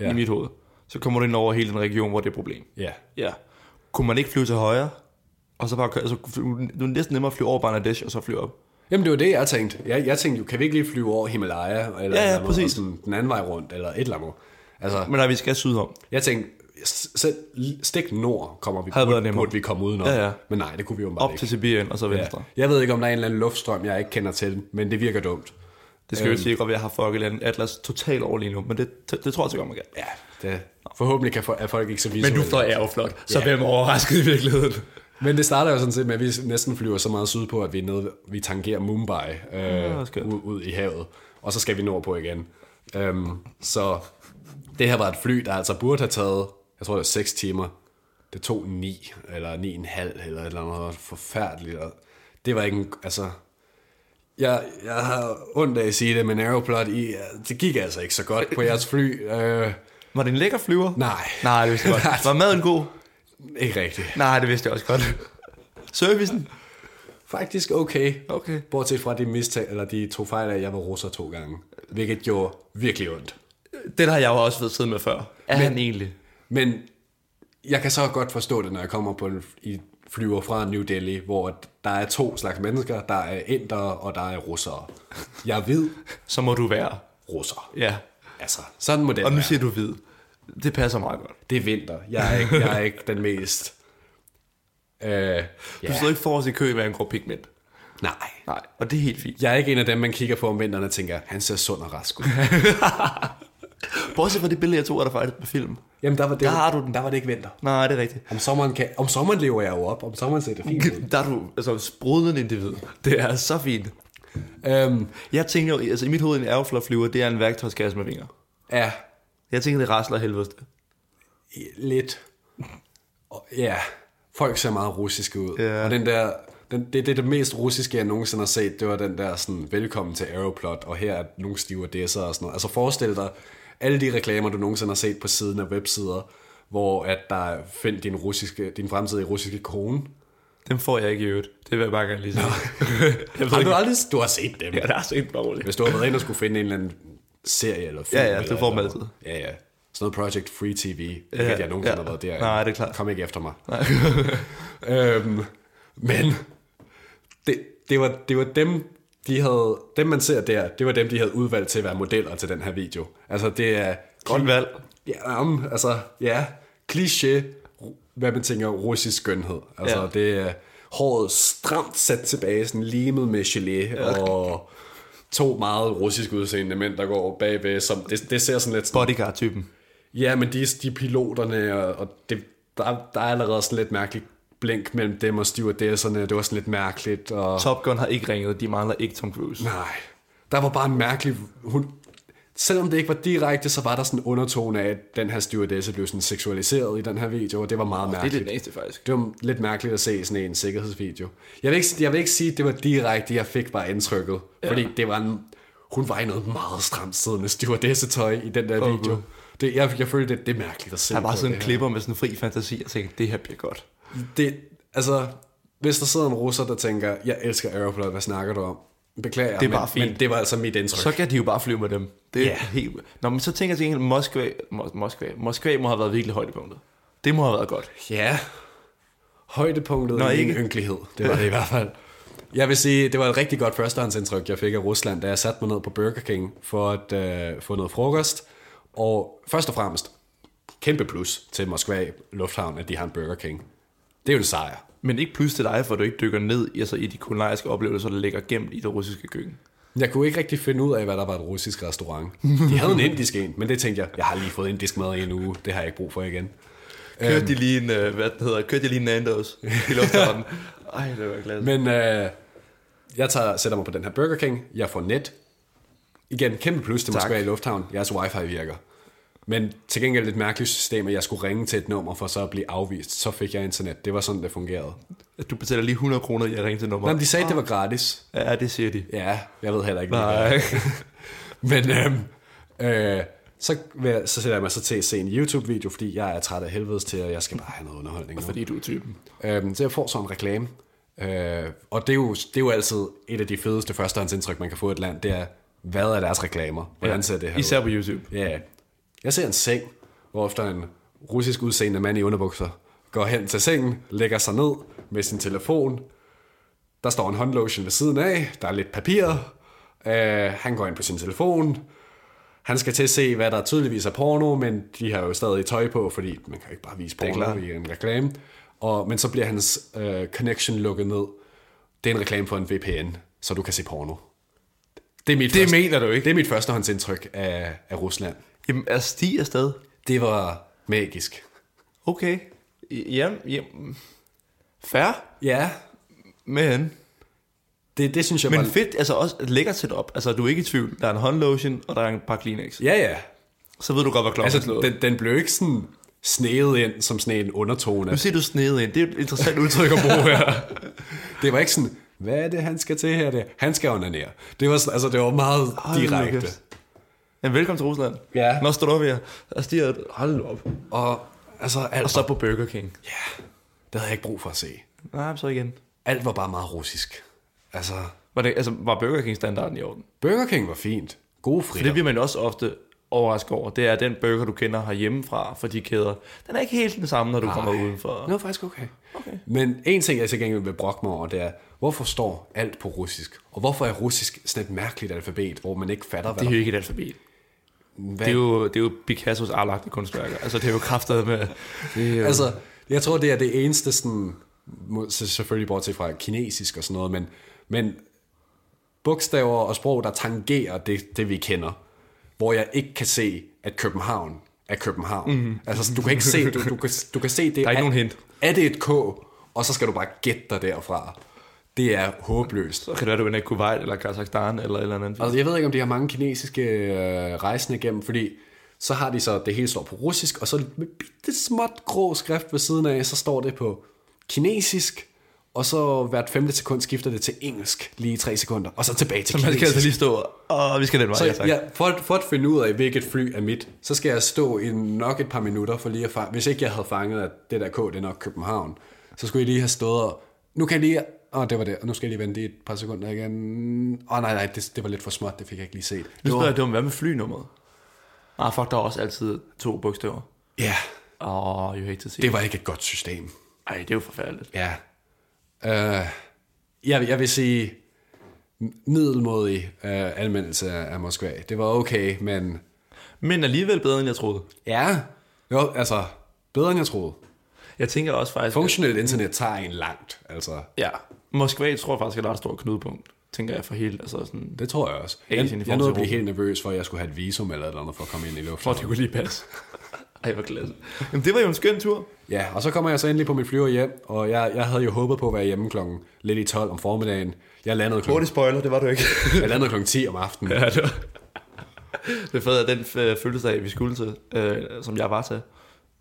S1: Ja.
S2: ja. i mit hoved, så kommer du ind over hele den region, hvor det er et problem.
S1: Ja.
S2: Ja. Kunne man ikke flyve til højre? Og så bare køre, altså, du er næsten nemmere at flyve over Bangladesh og så flyve op.
S1: Jamen det var det, jeg tænkte. Jeg, jeg tænkte jo, kan vi ikke lige flyve over Himalaya? Eller et eller andet,
S2: præcis.
S1: og Sådan, den anden vej rundt, eller et eller andet. Altså,
S2: Men nej, vi skal sydom.
S1: jeg tænkte, s- selv stik nord kommer vi,
S2: Havde været
S1: burde,
S2: nemmere.
S1: burde vi komme udenom.
S2: Ja, ja.
S1: Men nej, det kunne vi jo bare
S2: Op
S1: ikke.
S2: til Sibirien og så venstre.
S1: Ja. Jeg ved ikke, om der er en eller anden luftstrøm, jeg ikke kender til, men det virker dumt.
S2: Det skal jo ikke sige, at jeg har fucket en Atlas totalt over lige nu, men det, det, det tror jeg til godt, man kan.
S1: Ja, det, forhåbentlig kan for, er folk ikke så vise.
S2: jeg jo flot, så hvem er overrasket i virkeligheden?
S1: Men det starter jo sådan set med, at vi næsten flyver så meget sydpå, at vi, er nede, vi tangerer Mumbai øh,
S2: hvor skønt.
S1: ud, ud i havet, og så skal vi nordpå igen. Øhm, så det her var et fly, der altså burde have taget, jeg tror det var 6 timer. Det tog 9, eller 9,5, eller et eller andet det var forfærdeligt. og Det var ikke en, altså... Jeg, jeg har ondt af at sige det, men Aeroplot, I, det gik altså ikke så godt på jeres fly. Øh,
S2: Var det en lækker flyver?
S1: nej, Altså,
S2: Nej, det
S1: [LAUGHS]
S2: vidste jeg [LAUGHS] godt. Var maden god?
S1: ikke rigtigt.
S2: Nej, det vidste jeg også [LAUGHS] godt. Servicen?
S1: Faktisk okay.
S2: Okay.
S1: Bortset fra de, mistag, eller de to fejl af, at jeg var russer to gange. Hvilket gjorde virkelig ondt.
S2: Den har jeg jo også været siddet med før. Er men, han egentlig?
S1: Men jeg kan så godt forstå det, når jeg kommer på en i flyver fra New Delhi, hvor at der er to slags mennesker. Der er indere, og der er russere. Jeg er hvid
S2: Så må du være.
S1: russer.
S2: Ja.
S1: Altså, sådan må det
S2: Og nu
S1: være.
S2: siger du hvid. Det passer meget godt.
S1: Det er vinter. Jeg er ikke, jeg er ikke den mest... Øh, ja.
S2: Du yeah. sidder ikke forrest i kø med en grå pigment.
S1: Nej.
S2: Nej, og det er helt fint.
S1: Jeg er ikke en af dem, man kigger på om vinteren og tænker, han ser sund og rask ud.
S2: Bortset fra det billede, jeg tog af dig faktisk på film.
S1: Jamen, der var, det,
S2: Der har du den.
S1: der var det ikke vinter.
S2: Nej, det er rigtigt.
S1: Om sommeren, kan, om sommeren lever jeg jo op. Om sommeren ser det fint ud.
S2: [LAUGHS] Der er du altså sprudlende individ. Det er så fint.
S1: Øhm,
S2: Jeg tænker jo, altså i mit hoved, en Aeroflot-flyver, det er en værktøjskasse med vinger.
S1: ja,
S2: Jeg tænker, det rasler helvedes det.
S1: lidt. Og, ja, folk ser meget russiske ud.
S2: Ja.
S1: Og den der, den, det, det er det mest russiske, jeg nogensinde har set. Det var den der sådan, velkommen til Aeroplot, og her er nogle stiver DS'er og sådan noget. Altså forestil dig alle de reklamer, du nogensinde har set på siden af websider, hvor at der er, find din, russiske, din fremtidige russiske kone.
S2: Dem får jeg ikke i øvrigt. Det vil jeg bare gerne lige sige. [LAUGHS] jeg ved
S1: Har du
S2: ikke.
S1: aldrig du har set dem?
S2: Ja, der er sent bare roligt.
S1: [LAUGHS] Hvis du har været inde og skulle finde en eller anden serie eller film.
S2: Ja, ja,
S1: eller
S2: det får man
S1: et eller andet. Ja, ja. Sådan noget Project Free TV, ja, jeg nogensinde
S2: ja.
S1: har været der.
S2: Nej, det er klart.
S1: Kom ikke efter mig.
S2: [LAUGHS]
S1: øhm, men det, det, var, det var dem, de havde, dem man ser der, det var dem, de havde udvalgt til at være modeller til den her video. Altså det er...
S2: Godt valg.
S1: Ja, um, altså, ja, kliché, ru- hvad man tænker, russisk skønhed. Altså, ja.
S2: Ja.
S1: det er håret stramt sat tilbage, sådan limet med gelé, ja. og to meget russisk udseende mænd, der går bagved, som, det, det ser sådan lidt sådan,
S2: Bodyguard-typen.
S1: ja, men de, de er piloterne, og, og det, der, der er allerede sådan lidt mærkeligt blink mellem dem og stewardesserne, det var sådan lidt mærkeligt, og
S2: Top Gun har ikke ringet. De mangler ikke Tom Cruise.
S1: Nej. Der var bare en mærkelig... Hun, selvom det ikke var direkte, så var der sådan en undertone af, at den her stewardesse blev sådan seksualiseret i den her video, og det var meget oh, mærkeligt. Det,
S2: næste, faktisk.
S1: det var lidt mærkeligt at se sådan en sikkerhedsvideo. Jeg vil ikke, jeg vil ikke sige, at det var direkte, jeg fik bare indtrykket, ja. fordi det var en, hun var i noget meget stramt siddende stewardessetøj i den der oh, video. Det, jeg, jeg følte, det, det er mærkeligt at se.
S2: Der var
S1: på
S2: sådan en
S1: det her.
S2: klipper med sådan en fri fantasi, og tænkte, det her bliver godt.
S1: Det, altså, hvis der sidder en russer, der tænker, jeg elsker Aeroplot, hvad snakker du om? Beklager,
S2: Det er bare
S1: men,
S2: fint.
S1: men det var altså mit indtryk.
S2: Så kan de jo bare flyve med dem. Det er
S1: Ja.
S2: yeah. helt... Nå, men så tænker jeg til gengæld, Moskva, Mos- Moskva, Moskva må have været virkelig højdepunktet. Det må have været godt.
S1: Ja. Højdepunktet Nå,
S2: Nå,
S1: i min
S2: ikke?
S1: ynkelighed. Det var det i hvert fald. Jeg vil sige, det var et rigtig godt førstehåndsindtryk, jeg fik af Rusland, da jeg satte mig ned på Burger King for at øh, få noget frokost. Og først og fremmest, kæmpe plus til Moskva Lufthavn, at de har en Burger King. Det er jo en sejr.
S2: Men ikke plus til dig, for du ikke dykker ned i, altså, i de kulinariske oplevelser, der ligger gemt i det russiske køkken.
S1: Jeg kunne ikke rigtig finde ud af, hvad der var et russisk restaurant. De havde en indisk en, men det tænkte jeg, jeg har lige fået indisk mad i en uge, det har jeg ikke brug for igen.
S2: Kørte de lige en, øh, hvad den hedder, kørte de lige en Nandos i lufthavnen. [LAUGHS] Ej, det var glad.
S1: Men øh, jeg tager, sætter mig på den her Burger King. Jeg får net. Igen, kæmpe plus til Moskva i Lufthavn. Jeres wifi virker. Men til gengæld et mærkeligt system, at jeg skulle ringe til et nummer for så at blive afvist. Så fik jeg internet. Det var sådan, det fungerede.
S2: Du betaler lige 100 kroner i at ringe til nummer.
S1: Nå, men de sagde, at det var gratis.
S2: Ja, det siger de.
S1: Ja, jeg ved heller ikke, hvad det er.
S2: Nej.
S1: [LAUGHS] Men øhm, øh, så, vil jeg- så sætter jeg mig så til at se en YouTube-video, fordi jeg er træt af helvedes til, og jeg skal bare have noget underholdning nu.
S2: Fordi du er typen.
S1: Øhm, så jeg får sådan en reklame. Øh, og det er, jo, det er jo altid et af de fedeste førstehåndsindtryk, man kan få i et land, det er, hvad er deres reklamer? Hvordan ser det her
S2: Især på YouTube.
S1: ud? Ja. Jeg ser en seng, hvor efter en russisk udseende mand i underbukser går hen til sengen, lægger sig ned med sin telefon. Der står en håndlotion ved siden af, der er lidt papir. Øh, han går ind på sin telefon. Han skal til at se, hvad der tydeligvis er porno, men de har jo stadig tøj på, fordi man kan jo ikke bare vise porno
S2: klart.
S1: i en reklame. Og, men så bliver hans øh, connection lukket ned. Det er en reklame for en VPN, så du kan se porno. Det, er mit
S2: Det mener du ikke?
S1: Det er mit førstehåndsindtryk af, af Rusland.
S2: Jamen, er Stig afsted?
S1: Det var magisk.
S2: Okay. Jamen, jamen. Fair.
S1: Ja,
S2: Men,
S1: det, det synes jeg
S2: men
S1: var...
S2: fedt, altså også et lækkert setup. Altså, du er ikke i tvivl. Der er en håndlotion, og der er en par Kleenex.
S1: Ja, ja.
S2: Så ved du godt, hvad klokken altså,
S1: Altså,
S2: er den...
S1: den, den blev ikke sådan sneet ind som sådan en undertone.
S2: Nu siger du snede ind. Det er et interessant udtryk.
S1: udtryk at bruge her. [LAUGHS] Det var ikke sådan, hvad er det, han skal til her? Det, han skal onanere. Det var, sådan, altså, det var meget
S2: Hold nu
S1: direkte.
S2: kæft. Jamen, velkommen til Rusland.
S1: Ja.
S2: Nå, står du op her. Og Stig er... Hold nu op.
S1: Og altså, alt,
S2: Og så på Burger King.
S1: ja, det havde jeg ikke brug for at se.
S2: Nej, men så igen.
S1: Alt var bare meget russisk. Altså,
S2: Var, det, altså, var Burger King standarden i orden?
S1: Burger King var fint. Gode
S2: For det
S1: fritter.
S2: bliver man jo også ofte overrasket over. Det er at den burger, du kender herhjemmefra fra de kæder. Den er ikke helt den samme, når du Nej. kommer udenfor.
S1: Det var faktisk okay. okay. Men en ting, jeg til gengæld vil brokke mig over, det er, hvorfor står alt på russisk? Og hvorfor er russisk sådan et mærkeligt alfabet, hvor man ikke fatter, hvad
S2: Det er jo ikke et alfabet.
S1: der...
S2: Det er jo, det er jo Picassos arlagte kunstværker. Altså, det er jo kraftet med... Det øh, er jo,
S1: Altså, jeg tror, det er det eneste sådan, må- så selvfølgelig bortset fra kinesisk og sådan noget, men, men bogstaver og sprog, der tangerer det, det vi kender, hvor jeg ikke kan se, at København er København. Mm. Altså, sådan, du kan ikke se, du, du, kan, du kan se det. Der
S2: Mhm. er ikke nogen hint.
S1: Er det et K, og så skal du bare gætte dig derfra. Det er håbløst.
S2: så kan det være, du ender i Kuwait eller Kazakhstan eller et eller andet.
S1: Altså, jeg ved ikke, om de har mange kinesiske øh, rejsende igennem, fordi så har de så, det hele står på russisk, og så med bitte småt grå skrift ved siden af, så står det på kinesisk, og så hvert femte sekund skifter det til engelsk lige i tre sekunder, og så tilbage til
S2: Man skal altså
S1: kinesisk.
S2: lige stå, og vi skal den vej,
S1: Så
S2: ja, tak.
S1: ja, for, at, for at finde ud af, hvilket fly er mit, så skal jeg stå i nok et par minutter, for lige at fange, hvis ikke jeg havde fanget, at det der K, det er nok København, så skulle jeg lige have stået og, nu kan jeg lige, åh, oh, det var det, og nu skal jeg lige vente i et par sekunder igen. Åh, oh, nej, nej, det, det var lidt for småt, det fik jeg ikke lige set.
S2: Nu spørger jeg dumt, hvad med flynummeret? Ah, fuck, der er også altid to bogstaver.
S1: Ja,
S2: Åh, oh, you hate to see.
S1: det var ikke et godt system.
S2: Ej, det er jo forfærdeligt.
S1: Ja. Uh, jeg, jeg vil sige, m- middelmodig uh, anmeldelse af af Moskva. Det var okay, men
S2: Men alligevel bedre, end jeg troede.
S1: ja, jo, altså bedre end jeg troede.
S2: Jeg tænker også faktisk...
S1: Funktionelt internet tager en langt, altså.
S2: Ja, Moskva tror jeg faktisk er et ret stort knudepunkt, tænker jeg for hele, altså sådan,
S1: Det tror jeg også.
S2: Asien i
S1: Jeg,
S2: forhold
S1: jeg nåede
S2: til
S1: at blive
S2: Europa.
S1: helt nervøs for, at jeg skulle have et visum eller et eller andet for at komme ind i
S2: for
S1: luften.
S2: det kunne lige passe. [LAUGHS] Ej, hvor klasse. Jamen, det var jo en skøn tur.
S1: Ja, og så kommer jeg så endelig på min flyver hjem, og jeg, jeg havde jo håbet på at være hjemme klokken lidt i 12 om formiddagen. Jeg landede klokken,
S2: Hurtig spoiler, det var du ikke.
S1: jeg landede klokken 10 om aftenen.
S2: ja, det var. Det fede er den øh, fødselsdag, vi skulle til, øh, som jeg var til.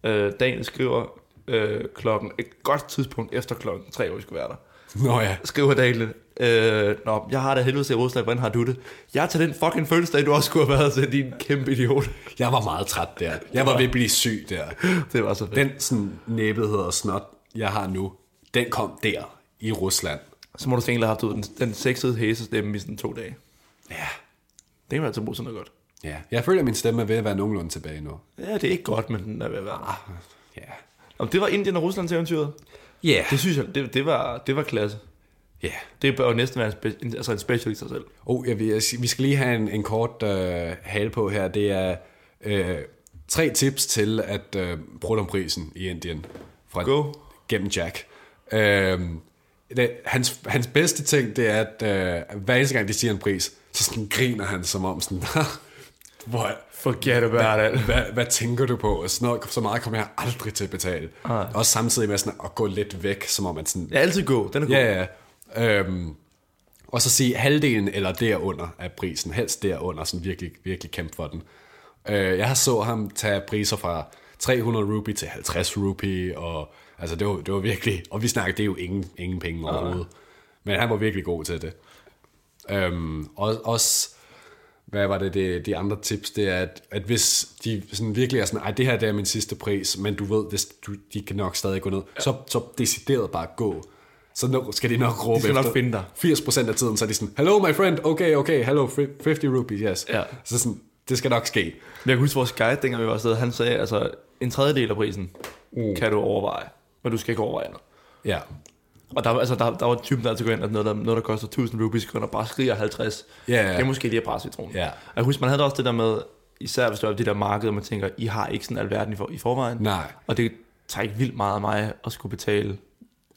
S2: Øh, Daniel skriver øh, klokken, et godt tidspunkt efter klokken tre, hvor vi skulle være der.
S1: Nå ja.
S2: Skriver Daniel, øh, Nå, jeg har det helvede til i Rusland, hvordan har du det? Jeg er til den fucking fødselsdag, du også skulle have været til, din kæmpe idiot. [LAUGHS]
S1: Jeg var meget træt der. Jeg var ved at blive syg der.
S2: Det var så fedt.
S1: Den sådan næbethed og snot, jeg har nu, den kom der i Rusland.
S2: Så må du til gengæld have haft ud den, den sexede hæsestemme i sådan to dage.
S1: Ja.
S2: Det kan man altså bruge sådan noget godt.
S1: ja. Jeg føler, at min stemme er ved at være nogenlunde tilbage nu.
S2: Ja, det er ikke godt, men den er ved at være der.
S1: Ja.
S2: Nå, men det var Indien og Ruslands eventyret.
S1: Ja.
S2: Det synes jeg, det, det, var, det var klasse.
S1: Ja.
S2: Det bør jo næsten være en, spe, en- altså en special i sig selv.
S1: Oh, jeg vil, jeg, vi skal lige have en, en kort øh, hale på her. Det er øh, tre tips til at øh, bruge om prisen i Indien. Fra,
S2: Go.
S1: Gennem Jack. Øh, det, hans, hans bedste ting, det er, at øh, hver eneste gang, de siger en pris, så sådan griner han som om sådan, [LAUGHS] hvor,
S2: Forget about it.
S1: hvad, hvad tænker du på? Og Sådan noget, så meget kommer jeg aldrig til at betale.
S2: Nej.
S1: Og samtidig med sådan at gå lidt væk, som om man sådan,
S2: Ja, altid gå. Den er god.
S1: Ja, ja. Øhm, og så sige halvdelen eller derunder af prisen, helst derunder, sådan virkelig, virkelig kæmpe for den. Øh, jeg så ham tage priser fra 300 rupee til 50 rupee, og altså det var, det var virkelig, og vi snakkede, det er jo ingen, ingen penge overhovedet. Men han var virkelig god til det. Øhm, og, også, hvad var det, det, de andre tips, det er, at, at hvis de sådan virkelig er sådan, ej, det her det er min sidste pris, men du ved, det, du, de kan nok stadig gå ned, ja. så, så decideret bare gå. Så nu skal de nok råbe
S2: skal nok
S1: efter.
S2: finde dig.
S1: 80% af tiden, så er de sådan, hello my friend, okay, okay, hello, fri- 50 rupees, yes.
S2: Ja.
S1: Så sådan, det skal nok ske.
S2: Men jeg kan huske vores guide, dengang vi var afsted, han sagde, altså en tredjedel af prisen mm. kan du overveje, men du skal ikke overveje noget.
S1: Ja,
S2: Og der, altså, der, der var typen, der altid går ind, at noget, der, noget, der koster 1000 rupees, kun og bare skriger 50.
S1: Ja, ja.
S2: Det er måske lige at brække citronen.
S1: Ja.
S2: Og jeg husker, man havde da også det der med, især hvis du er på de der markeder, man tænker, I har ikke sådan alverden i, for, i forvejen.
S1: nej.
S2: Og det tager ikke vildt meget af mig at skulle betale.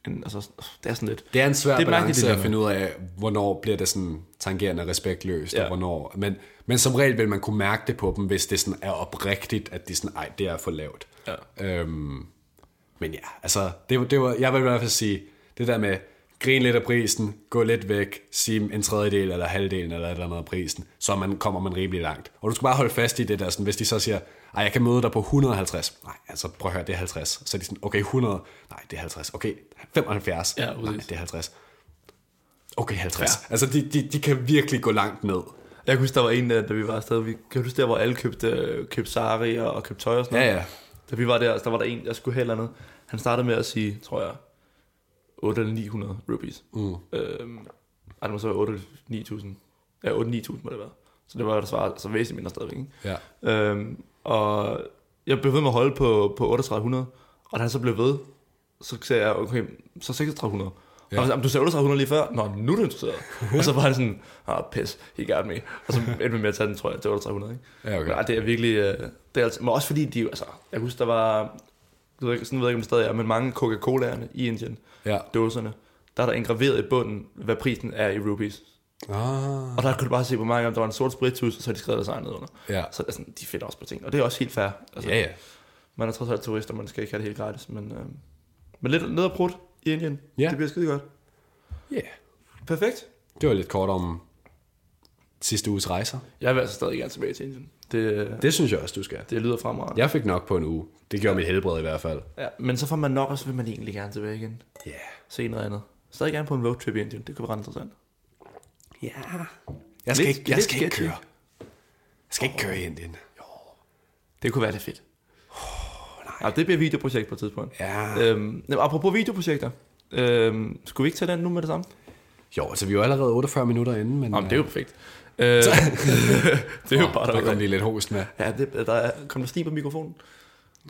S2: En, altså, det er sådan lidt.
S1: Det er en svær
S2: Det
S1: det
S2: er et
S1: balance
S2: mærkeligt
S1: at
S2: dilemma.
S1: finde ud af, hvornår bliver det sådan tangerende og respektløst, ja.
S2: Ja.
S1: og hvornår... Men, men som regel vil man kunne mærke det på dem, hvis det sådan er oprigtigt, at de sådan, ej, det er for lavt.
S2: Ja.
S1: Øhm, men ja, altså, det, var- det var, jeg vil i hvert fald sige, det der med, grin lidt af prisen, gå lidt væk, sige en tredjedel eller halvdelen eller et eller andet af prisen, så man, kommer man rimelig langt. Og du skal bare holde fast i det der, sådan, hvis de så siger, ej, jeg kan møde dig på 150. Nej, altså prøv at høre, det er 50. Så er de sådan, okay, 100. Nej, det er 50. Okay, 75.
S2: Ja,
S1: Nej,
S2: præcis.
S1: det er 50. Okay, 50. Ja. Altså, de, de, de kan virkelig gå langt ned.
S2: Jeg kan huske, der var en, øh, da vi var afsted, vi, kan du huske der, hvor alle købte, øh, købte sari og, og købte tøj og sådan noget?
S1: Ja, ja.
S2: Da vi var der, der var der en, jeg skulle have et eller andet. Han startede med at sige, tror jeg, 8 eller 900 rupees. Mm. Øhm, ej, det må så være 8 eller 9000. Ja, 8 9000 må det være. Så det var, der svarede altså væsentligt mindre stadigvæk. Ikke?
S1: Ja.
S2: Øhm, og jeg blev ved med at holde på, på 3800, og da han så blev ved, så sagde jeg, okay, så 3600. Ja. Og han sagde, "Jamen, du sagde 3800 lige før. Nå, nu er du interesseret.
S1: [LAUGHS]
S2: og så var han sådan, ah, pis, he got me. Og så endte vi med at tage den, tror jeg, til 3800, ikke?
S1: Ja, okay.
S2: Men, ej, det er virkelig... Øh, det er altså, men også fordi de jo, altså... Jeg husker, der var... Jeg ved, ikke- sådan ved jeg ikke, om det stadig er, men mange Coca-Cola'erne i Indien,
S1: Ja.
S2: dåserne, der er der engraveret i bunden, hvad prisen er i rupees.
S1: Ah.
S2: Og der kunne du bare se, hvor mange gange der var en sort spiritus, og så har de skrevet deres egen ned under.
S1: Ja.
S2: Så det er sådan, de finder også på ting, og det er også helt fair. Altså,
S1: Ja, ja.
S2: Man er trods alt turist, og man skal ikke have det helt gratis, men, øh, men lidt ned og brudt i Indien,
S1: Ja.
S2: det bliver skide godt.
S1: Ja. Yeah.
S2: Perfekt.
S1: Det var lidt kort om sidste uges rejser.
S2: Jeg vil altså stadig gerne tilbage til Indien. Det, det,
S1: Det synes jeg også, du skal.
S2: det lyder fremragende.
S1: Jeg fik nok på en uge. Det gjorde mit helbred i hvert fald.
S2: Ja, men så får man nok, og så vil man egentlig gerne tilbage igen.
S1: Ja. Yeah.
S2: se noget andet. Stadig gerne på en roadtrip i Indien. Det kunne være ret interessant.
S1: Ja. Jeg skal,
S2: Lidt-
S1: ikke, jeg
S2: lidt
S1: skal ikke
S2: sketchy.
S1: køre. Jeg skal ikke køre i Indien.
S2: Det kunne være det fedt. Oh, nej. Ja, det bliver et videoprojekt på et tidspunkt.
S1: Ja.
S2: Øhm, jamen, apropos videoprojekter. Øhm, skulle vi ikke tage den nu med det samme?
S1: Jo, altså vi er jo allerede 48 minutter inde, men... øh,
S2: Nå, men det er jo perfekt. Øh, det [LAUGHS] er jo bare
S1: der kom
S2: der.
S1: lige lidt host med.
S2: Ja, det, der er, kom der sli på mikrofonen?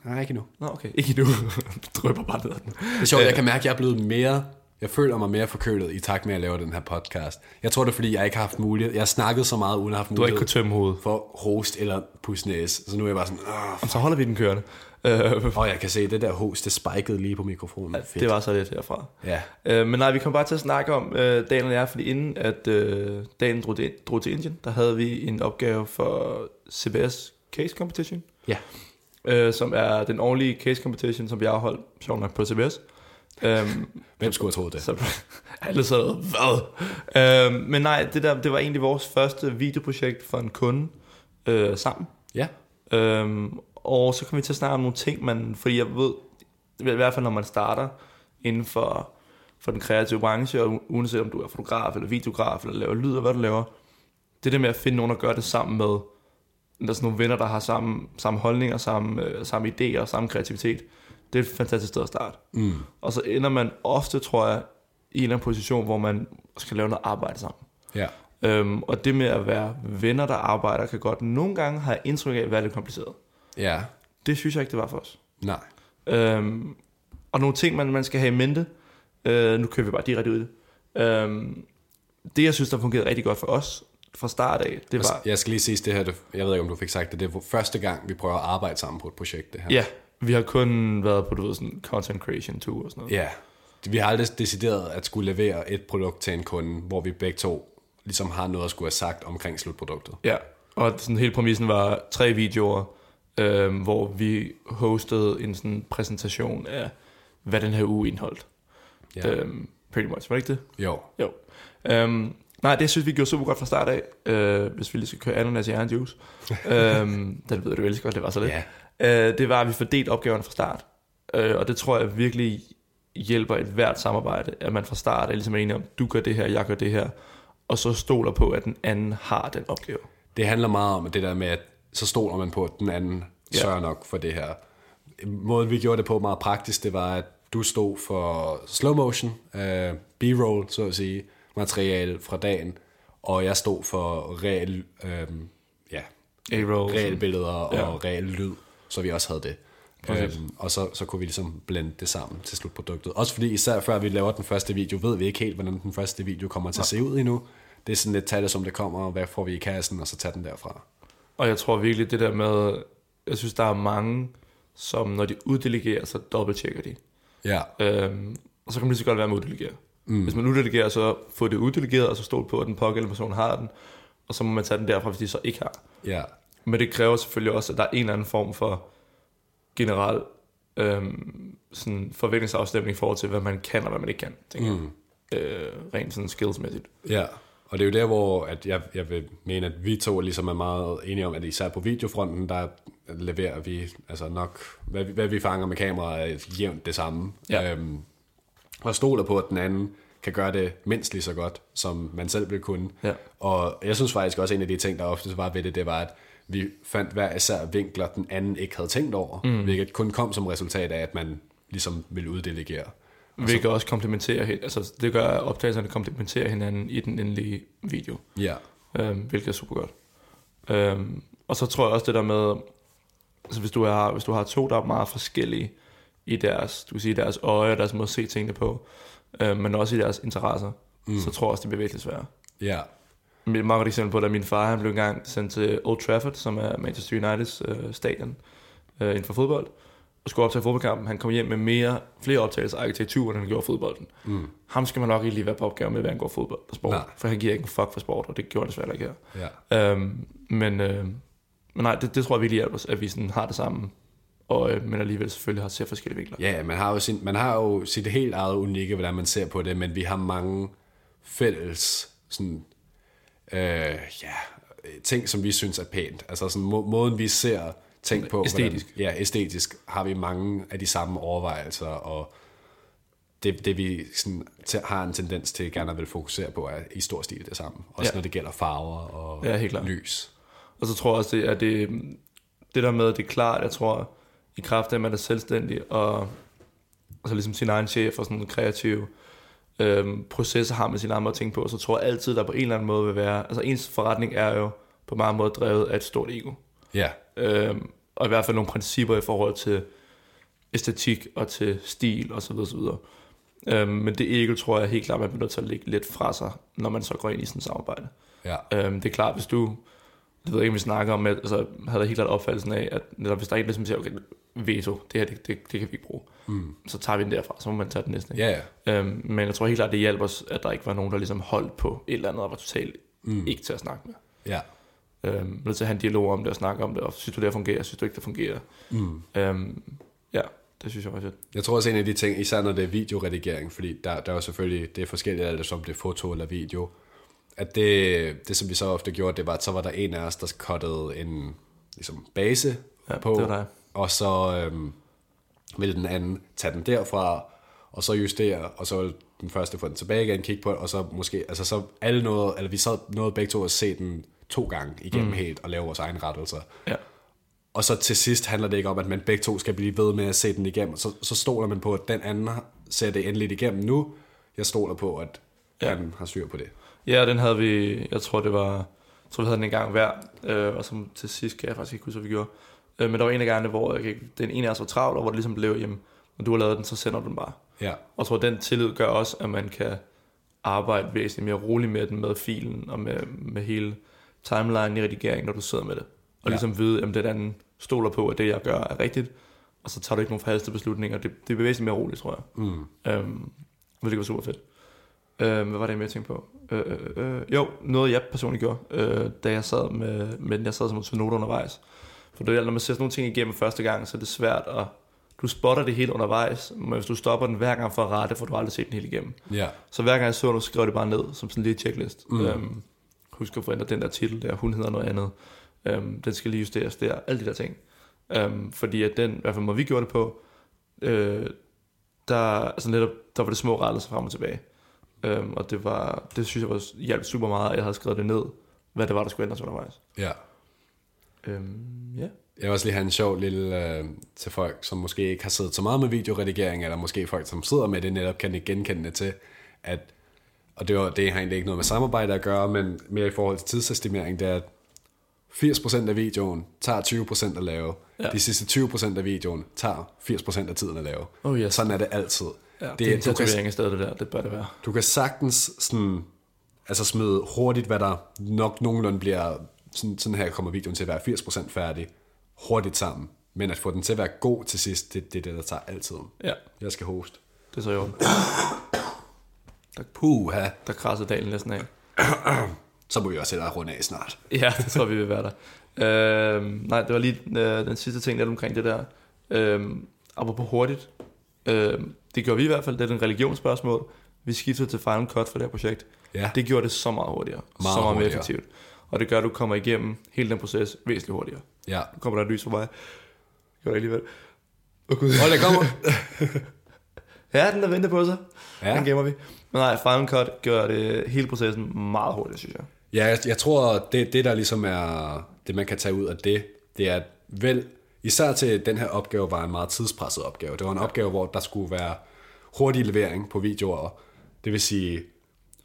S1: Nej, ikke Øh. nu.
S2: Nå, okay. Ikke endnu. [LAUGHS] Du drøber bare ned ad den.
S1: Det er sjovt, jeg kan mærke, at jeg er blevet mere... Jeg føler mig mere forkølet i takt med, at jeg laver den her podcast. Jeg tror, det er, fordi jeg ikke har haft mulighed. Jeg har snakket så meget, uden at have haft
S2: Du har ikke
S1: mulighed
S2: kunnet tømme hovedet.
S1: for host eller pusnæs. Så nu er jeg bare sådan... "Åh,
S2: Så holder vi den kørende. Øh,
S1: f- Åh, jeg kan se, det der host, det spikede lige på mikrofonen. Fedt.
S2: det var så lidt herfra.
S1: Ja.
S2: Øh, men nej, vi kom bare til at snakke om øh, dagen og jeg, fordi inden at øh, dagen drog til, drog til Indien, der havde vi en opgave for CBS Case Competition,
S1: Ja.
S2: øh, som er den årlige case competition, som vi afholdt, sjovt nok, på CBS. Øhm,
S1: Hvem skulle have troet det?
S2: så [LAUGHS] alle sad, hvad? Øhm, men nej, det, der, det var egentlig vores første videoprojekt for en kunde øh, sammen.
S1: Ja.
S2: Øhm, og så kan vi til at snakke om nogle ting, man, fordi jeg ved, i hvert fald når man starter inden for, for den kreative branche, og u- uanset om du er fotograf eller videograf eller laver lyd eller hvad du laver, det der med at finde nogen at gøre det sammen med, der er sådan nogle venner, der har samme, samme holdninger, samme, øh, samme idéer og samme kreativitet, det er et fantastisk sted at starte. Mm. Og så ender man ofte, tror jeg, i en eller anden position, hvor man skal lave noget arbejde sammen.
S1: Ja.
S2: Øhm, og det med at være venner, der arbejder, kan godt nogle gange have indtryk af at være lidt kompliceret.
S1: Ja.
S2: Det synes jeg ikke, det var for os.
S1: Nej.
S2: Øhm, og nogle ting, man, man skal have i mente, øh, nu kører vi bare direkte ud i det. Øhm, det, jeg synes, der fungerede rigtig godt for os fra start af, det var...
S1: Altså, Jeg skal lige sige det her, det, jeg ved ikke, om du fik sagt det, det er første gang, vi prøver at arbejde sammen på et projekt, det her.
S2: Ja, vi har kun været på, du ved, sådan content creation tour og sådan noget.
S1: ja. Vi har aldrig decideret at skulle levere et produkt til en kunde, hvor vi begge to ligesom har noget at skulle have sagt omkring slutproduktet.
S2: Ja, og sådan hele præmissen var tre videoer, øhm, hvor vi hostede en sådan præsentation af, hvad den her uge indeholdt.
S1: Ja.
S2: Øhm, pretty much, var det ikke det?
S1: Jo.
S2: Jo. Øhm, Nej, det synes vi gjorde super godt fra start af, øh, hvis vi lige skal køre ananas i egen juice. øhm, den ved du elsker, det var så lidt. Ja. Øh, det var, at vi fordelte opgaverne fra start. Øh, og det tror jeg virkelig hjælper et hvert samarbejde, at man fra start er ligesom enig om, du gør det her, jeg gør det her, og så stoler på, at den anden har den opgave.
S1: Det handler meget om det der med, at så stoler man på, at den anden
S2: Ja.
S1: sørger nok for det her. Måden vi gjorde det på meget praktisk, det var, at du stod for slow motion, øh, b-roll, så at sige, materiale fra dagen, og jeg stod for real, øh, ja,
S2: A-roll.
S1: reelle billeder
S2: Ja.
S1: og reel lyd, så vi også havde det. Øhm, og så, så kunne vi ligesom blende det sammen til slutproduktet. Også fordi især før vi laver den første video, ved vi ikke helt, hvordan den første video kommer til at se ud endnu. Det er sådan lidt tal, som det kommer, og hvad får vi i kassen, og så tager den derfra.
S2: Og jeg tror virkelig det der med, jeg synes der er mange, som når de uddelegerer, så dobbelttjekker de.
S1: Ja,
S2: Øhm, og så kan man lige så godt være med at uddelegere. Mm. Hvis man uddelegerer, så få det uddelegeret, og så stol på, at den pågældende person har den. Og så må man tage den derfra, hvis de så ikke har.
S1: ja,
S2: Men det kræver selvfølgelig også, at der er en eller anden form for generel øhm, sådan forventningsafstemning i forhold til, hvad man kan og hvad man ikke kan. Tænker mm. jeg. Øh, rent sådan skillsmæssigt.
S1: ja. Og det er jo der, hvor at jeg, jeg vil mene, at vi to ligesom er meget enige om, at især på videofronten, der leverer vi altså nok, hvad, vi- hvad vi fanger med kamera, er jævnt det samme.
S2: Ja.
S1: Øhm, og stoler på, at den anden kan gøre det mindst lige så godt, som man selv ville kunne.
S2: Ja.
S1: Og jeg synes faktisk også, at en af de ting, der ofte var ved det, det var, at vi fandt hver især vinkler, den anden ikke havde tænkt over, mm. hvilket kun kom som resultat af, at man ligesom ville uddelegere.
S2: Hvilket også komplementerer hin- altså det gør, at optagelserne komplementerer hinanden i den endelige video,
S1: Ja,
S2: øhm, hvilket er super godt. Øhm, og så tror jeg også det der med, altså hvis du har, hvis du har to, der er meget forskellige i deres, du kan sige, deres øje og deres måde at se tingene på, øhm, men også i deres interesser, mm. så tror jeg også, det bliver virkelig sværere.
S1: ja,
S2: Mit meget godt eksempel på det er, at min far han blev engang sendt til Old Trafford, som er Manchester Uniteds øh, stadion øh, inden for fodbold, og skulle optage fodboldkampen. Han kom hjem med mere, flere optagelser af arkitektur, end han gjorde af fodbolden. Mm. Ham skal man nok ikke lige være på opgave med, hvad han går fodbold og sport,
S1: Nej.
S2: for han giver ikke en fuck for sport, og det gjorde han desværre ikke her.
S1: ja.
S2: Øhm, men, øh, men nej, det, det tror jeg virkelig hjælper os, at vi sådan har det samme, og, øh, men alligevel selvfølgelig har ser forskellige vinkler.
S1: Ja, man har, jo sin, man har jo sit helt eget unikke, hvordan man ser på det, men vi har mange fælles sådan, øh, ja, ting, som vi synes er pænt. Altså sådan, må, måden, vi ser ting på.
S2: Æstetisk.
S1: Hvordan, ja, æstetisk har vi mange af de samme overvejelser, og det, det vi sådan, t- har en tendens til gerne at vil fokusere på, er i stor stil det samme. Også
S2: Ja.
S1: når det gælder farver og
S2: Ja, helt klart.
S1: lys.
S2: Og så tror jeg også, det er det, det der med, at det er klart, jeg tror, i kraft af, at man er selvstændig og altså ligesom sin egen chef og sådan en kreativ øhm, proces har med sin egen måde at tænke på, så tror jeg altid, der på en eller anden måde vil være, altså ens forretning er jo på mange måder drevet af et stort ego.
S1: Ja,
S2: Øhm, og i hvert fald nogle principper i forhold til æstetik og til stil og så videre, så videre. Øhm, men det ego tror jeg helt klart, man bliver nødt til at lægge lidt fra sig, når man så går ind i sådan et samarbejde.
S1: ja,
S2: Øhm, det er klart, hvis du, det ved jeg ikke, om vi snakker om, at, altså, havde jeg helt klart opfattelsen af, at netop hvis der er en, der ligesom siger, okay, veto, det her, det, det, det kan vi ikke bruge, mm. så tager vi den derfra, så må man tage den næste. ikke?
S1: ja, ja.
S2: Øhm, men jeg tror helt klart, det hjalp os, at der ikke var nogen, der ligesom holdt på et eller andet, og var totalt mm. ikke til at snakke med.
S1: ja.
S2: Øhm, nødt til at have en dialog om det og snakke om det, og synes du, det her fungerer, synes du ikke, det fungerer. Mm. Øhm, ja, det synes jeg var fedt.
S1: Jeg tror også en af de ting, især når det er videoredigering, fordi der, der er jo selvfølgelig, det er forskelligt alt efter, om det er foto eller video, at det, det som vi så ofte gjorde, det var, at så var der en af os, der cuttede en ligesom base
S2: Ja,
S1: på,
S2: det var dig.
S1: og så øhm, ville den anden tage den derfra, og så justere, og så ville den første få den tilbage igen, kigge på den, og så måske, altså så alle noget, eller vi sad noget begge to at se den to gange igennem mm. helt, og lave vores egne rettelser.
S2: Ja.
S1: Og så til sidst handler det ikke om, at man begge to skal blive ved med at se den igennem. Så, så stoler man på, at den anden har- ser det endeligt igennem nu. Jeg stoler på, at ja. han har styr på det.
S2: Ja, den havde vi, jeg tror det var, jeg tror vi havde den en gang hver, øh, og som til sidst kan jeg faktisk ikke huske, hvad vi gjorde. Øh, men der var en af gangene, hvor jeg, kan ikke- den ene af os var travl, og hvor det ligesom blev, jamen, når du har lavet den, så sender du den bare.
S1: Ja,
S2: Og jeg tror, den tillid gør også, at man kan arbejde væsentligt mere roligt med den, med filen og med, med hele timeline i redigeringen, når du sidder med det. Og
S1: Ja.
S2: ja. ligesom vide, om den anden stoler på, at det, jeg gør, er rigtigt, og så tager du ikke nogen forhastede beslutninger. Det, det er væsentligt mere roligt, tror jeg.
S1: mm.
S2: Øhm, hvilket var super fedt. Øhm, hvad var det, jeg mere tænkte på? Øh, øh, øh, jo, noget jeg personligt gjorde, øh, da jeg sad med, med den, jeg sad som til noter undervejs. For det er, når man ser sådan nogle ting igennem første gang, så er det svært at du spotter det helt undervejs, men hvis du stopper den hver gang for at rette, får du aldrig set den helt igennem.
S1: Ja.
S2: Så hver gang jeg så den, så skrev jeg det bare ned, som sådan en lille checklist. Mm. Øhm, husk at forændre den der titel der, hun hedder noget andet. Øhm, den skal lige justeres der, alle de der ting. Øhm, fordi at den, i hvert fald måde vi gjorde det på, øh, der, altså netop, der var det små rettelser frem og tilbage. Øhm, og det, var, det synes jeg var, hjalp super meget, at jeg havde skrevet det ned, hvad det var, der skulle ændres undervejs.
S1: ja.
S2: Øhm, ja.
S1: Jeg vil også lige have en sjov lille øh, til folk, som måske ikke har siddet så meget med videoredigering, eller måske folk, som sidder med det, netop kan ikke genkende det til, at, og det, var, det har egentlig ikke noget med samarbejde at gøre, men mere i forhold til tidsestimering, det er, at 80% af videoen tager 20% at lave.
S2: Ja.
S1: Ja. De sidste 20% af videoen tager 80% af tiden at lave.
S2: Oh, yes.
S1: Sådan er det altid.
S2: ja det, det, er en
S1: du, kan,
S2: tatovering i stedet, det der. Det bør det være.
S1: du kan sagtens sådan, altså smide hurtigt, hvad der nok nogenlunde bliver, sådan, sådan her kommer videoen til at være 80% færdig, hurtigt sammen. Men at få den til at være god til sidst, det, det er det, der tager altid.
S2: Ja,
S1: Jeg skal hoste.
S2: det er så i orden.
S1: Puha.
S2: Der krassede dalen
S1: [LAUGHS]
S2: næsten af.
S1: Så må vi også hellere runde af snart.
S2: Ja, det tror vi vil være der. Øhm, nej, det var lige øh, den sidste ting lidt omkring det der. Øhm, apropos hurtigt. Øhm, det gjorde vi i hvert fald, det er den religionsspørgsmål. Vi skiftede til Final Cut for det her projekt.
S1: Ja.
S2: Det gjorde det så meget hurtigere.
S1: Meget
S2: så meget mere
S1: hurtigere.
S2: effektivt. Og det gør, at du kommer igennem hele den proces væsentligt hurtigere.
S1: Ja.
S2: Nu kommer der et lys for mig. Gjorde det alligevel. Åh gud.
S1: Og der kommer...
S2: [LAUGHS] Ja, den der venter på sig. Ja.
S1: Ja.
S2: Den gemmer vi. Men nej, Final Cut gør det hele processen meget hurtigt, synes jeg.
S1: Ja, jeg, jeg tror, det, det der ligesom er, det man kan tage ud af det, det er at vel, især til den her opgave var en meget tidspresset opgave. Det var en opgave, hvor der skulle være hurtig levering på videoer, det vil sige,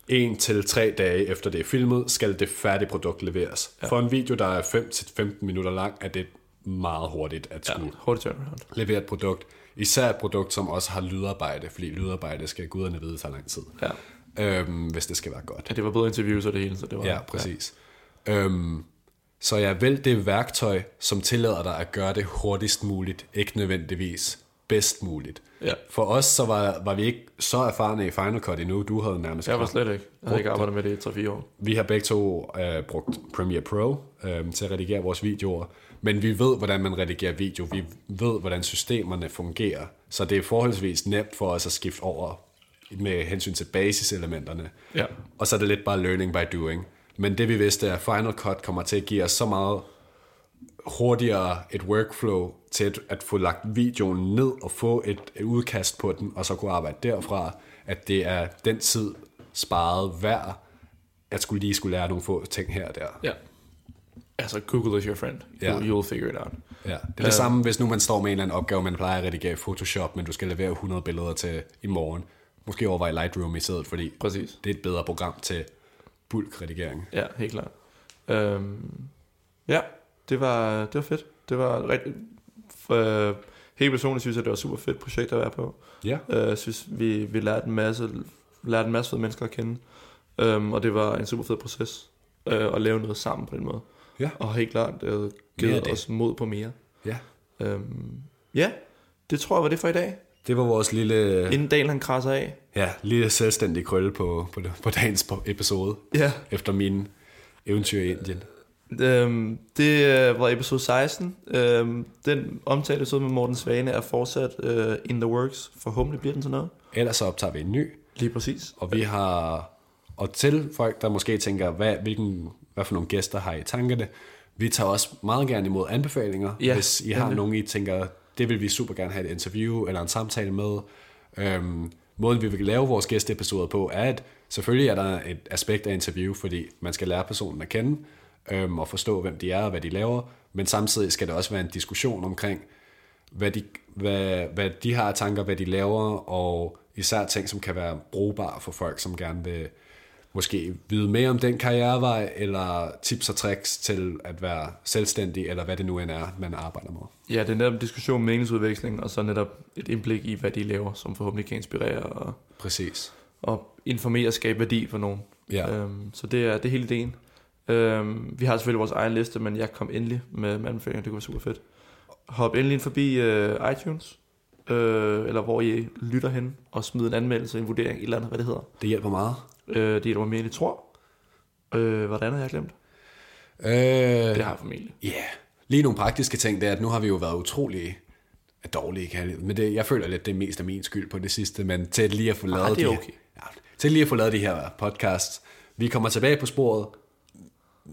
S1: en til tre dage efter det er filmet, skal det færdige produkt leveres. Ja. For en video, der er 5-15 minutter lang, er det meget hurtigt at skulle ja
S2: Hurtigt turnaround.
S1: levere et produkt. Især et produkt, som også har lydarbejde, fordi lydarbejde skal guderne vide tager lang tid,
S2: Ja.
S1: øhm, hvis det skal være godt.
S2: ja. det var både interviews og det hele, så det var...
S1: Ja, præcis. Ja. Øhm, så jeg vælg det værktøj, som tillader dig at gøre det hurtigst muligt, ikke nødvendigvis bedst muligt.
S2: Ja.
S1: For os så var, var vi ikke så erfarne i Final Cut endnu. Du havde nærmest
S2: Jeg var slet ikke. Jeg havde ikke arbejdet med det i 3-4 år.
S1: Vi har begge to øh, brugt Premiere Pro øh, til at redigere vores videoer, men vi ved, hvordan man redigerer video. Vi ved, hvordan systemerne fungerer. Så det er forholdsvis nemt for os at skifte over med hensyn til basiselementerne.
S2: Ja.
S1: Og så er det lidt bare learning by doing. Men det vi vidste er, at Final Cut kommer til at give os så meget hurtigere et workflow til at, at få lagt videoen ned og få et, et udkast på den, og så kunne arbejde derfra, at det er den tid sparet værd, at skulle lige skulle lære nogle få ting her og der.
S2: Ja. Altså, Google is your friend.
S1: Ja.
S2: You, you'll figure it out.
S1: Ja. Det er det samme, hvis nu man står med en eller anden opgave, man plejer at redigere i Photoshop, men du skal levere 100 billeder til i morgen. Måske overveje Lightroom i stedet, fordi
S2: Præcis.
S1: det er et bedre program til bulkredigering.
S2: Ja, helt klart. Øhm, ja, det var, det var fedt. Det var rigtig... Øh, helt personligt synes jeg, det var et super fedt projekt at være på.
S1: Ja.
S2: Øh, Jeg synes, vi, vi lærte, en masse, lærte en masse fede mennesker at kende. Øhm, og det var en super fed proces øh, at lave noget sammen på den måde.
S1: Ja.
S2: Og helt klart øh,
S1: Mere af
S2: givet
S1: det.
S2: os mod på mere.
S1: Ja.
S2: Øhm, ja, det tror jeg var det for i dag.
S1: Det var vores lille,
S2: Inden Dalen han krasser af.
S1: ja, lille selvstændige krølle på, på, på dagens po- episode,
S2: Ja.
S1: efter min eventyr i Indien.
S2: Øhm, det øh, var episode 16. Øhm, den omtale, så med Morten Svane, er fortsat øh, in the works. Forhåbentlig bliver den til noget.
S1: Ellers så optager vi en ny,
S2: Lige præcis.
S1: og vi har... Og til folk, der måske tænker, hvad, hvilken, hvad for nogle gæster har I i tankerne, vi tager også meget gerne imod anbefalinger,
S2: Ja,
S1: ja, hvis I har nogen, I tænker, det vil vi super gerne have et interview eller en samtale med. Øhm, måden, vi vil lave vores gæsteepisoder på, er, at selvfølgelig er der et aspekt af interview, fordi man skal lære personen at kende øhm, og forstå, hvem de er og hvad de laver, men samtidig skal der også være en diskussion omkring, hvad de, hvad, hvad de har af tanker, hvad de laver, og især ting, som kan være brugbare for folk, som gerne vil måske vide mere om den karrierevej, eller tips og tricks til at være selvstændig, eller hvad det nu end er, man arbejder med.
S2: Ja, det er netop en diskussion, meningsudveksling, og så netop et indblik i, hvad de laver, som forhåbentlig kan inspirere og,
S1: Præcis.
S2: og informere og skabe værdi for nogen.
S1: Ja.
S2: Øhm, så det er, det er hele ideen. Øhm, vi har selvfølgelig vores egen liste, men jeg kom endelig med med anbefalinger, det kunne være super fedt. Hop endelig ind forbi øh, iTunes, øh, eller hvor I lytter hen, og smid en anmeldelse, en vurdering, et eller andet, hvad det hedder.
S1: Det hjælper meget.
S2: Øh, det er mere, end I tror. Øh, hvad er det andet, jeg har glemt?
S1: Øh,
S2: Det har jeg formentlig.
S1: Ja, yeah. lige nogle praktiske ting, det er, at nu har vi jo været utrolige er dårlige kærlighed. Men det, jeg føler lidt, det er mest af min skyld på det sidste, men til lige at få lavet
S2: det er
S1: de her-
S2: okay.
S1: ja, til lige at få lavet de her podcasts. Vi kommer tilbage på sporet,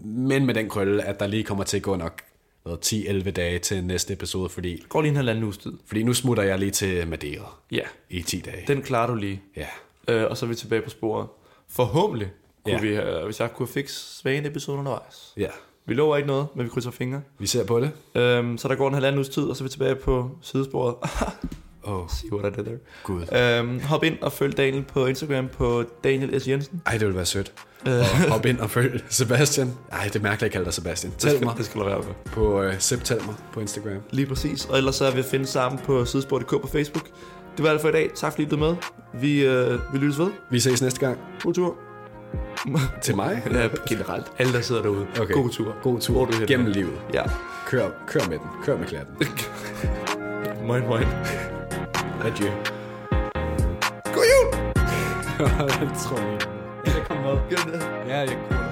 S1: men med den krølle, at der lige kommer til at gå nok hvad, 10-11 dage til næste episode, fordi,
S2: Går lige en halvanden uges tid.
S1: fordi nu smutter jeg lige til Madeira
S2: Ja,
S1: i 10 dage.
S2: den klarer du lige.
S1: Ja.
S2: Øh, og så er vi tilbage på sporet. Forhåbentlig kunne
S1: Ja.
S2: ja. vi, øh, hvis jeg kunne fikse svage episode undervejs.
S1: ja,
S2: Vi lover ikke noget, men vi krydser fingre.
S1: vi ser på det.
S2: Øhm, så der går en halvanden uges tid, og så er vi tilbage på sidesporet. [LAUGHS]
S1: Åh, oh,
S2: See what I did there.
S1: Gud.
S2: Øhm, hop ind og følg Daniel på Instagram på Daniel S. Jensen.
S1: Ej, det ville være sødt.
S2: Øh.
S1: Og hop ind og følg Sebastian. Ej, det er mærkeligt, at jeg kalder dig Sebastian. Telmer
S2: Det skal du være med.
S1: på øh, Seb Telmer på Instagram.
S2: Lige præcis. Og ellers så er vi at finde sammen på sidespor.dk på Facebook. Det var alt for i dag. Tak fordi du med. Vi, øh, vi lyttes ved.
S1: Vi ses næste gang.
S2: God [LAUGHS] tur.
S1: Til [LAUGHS] mig?
S2: Ja, generelt. Alle, der sidder derude.
S1: Okay.
S2: God tur.
S1: God tur
S2: Hvor er du henne?
S1: gennem livet.
S2: Ja.
S1: Kør, kør med den. Kør med klatten.
S2: Moin, moin.
S1: Adieu.
S2: God jul!
S1: jeg tror, jeg- jeg kommer med.
S2: Gør det.
S1: Ja, jeg kommer.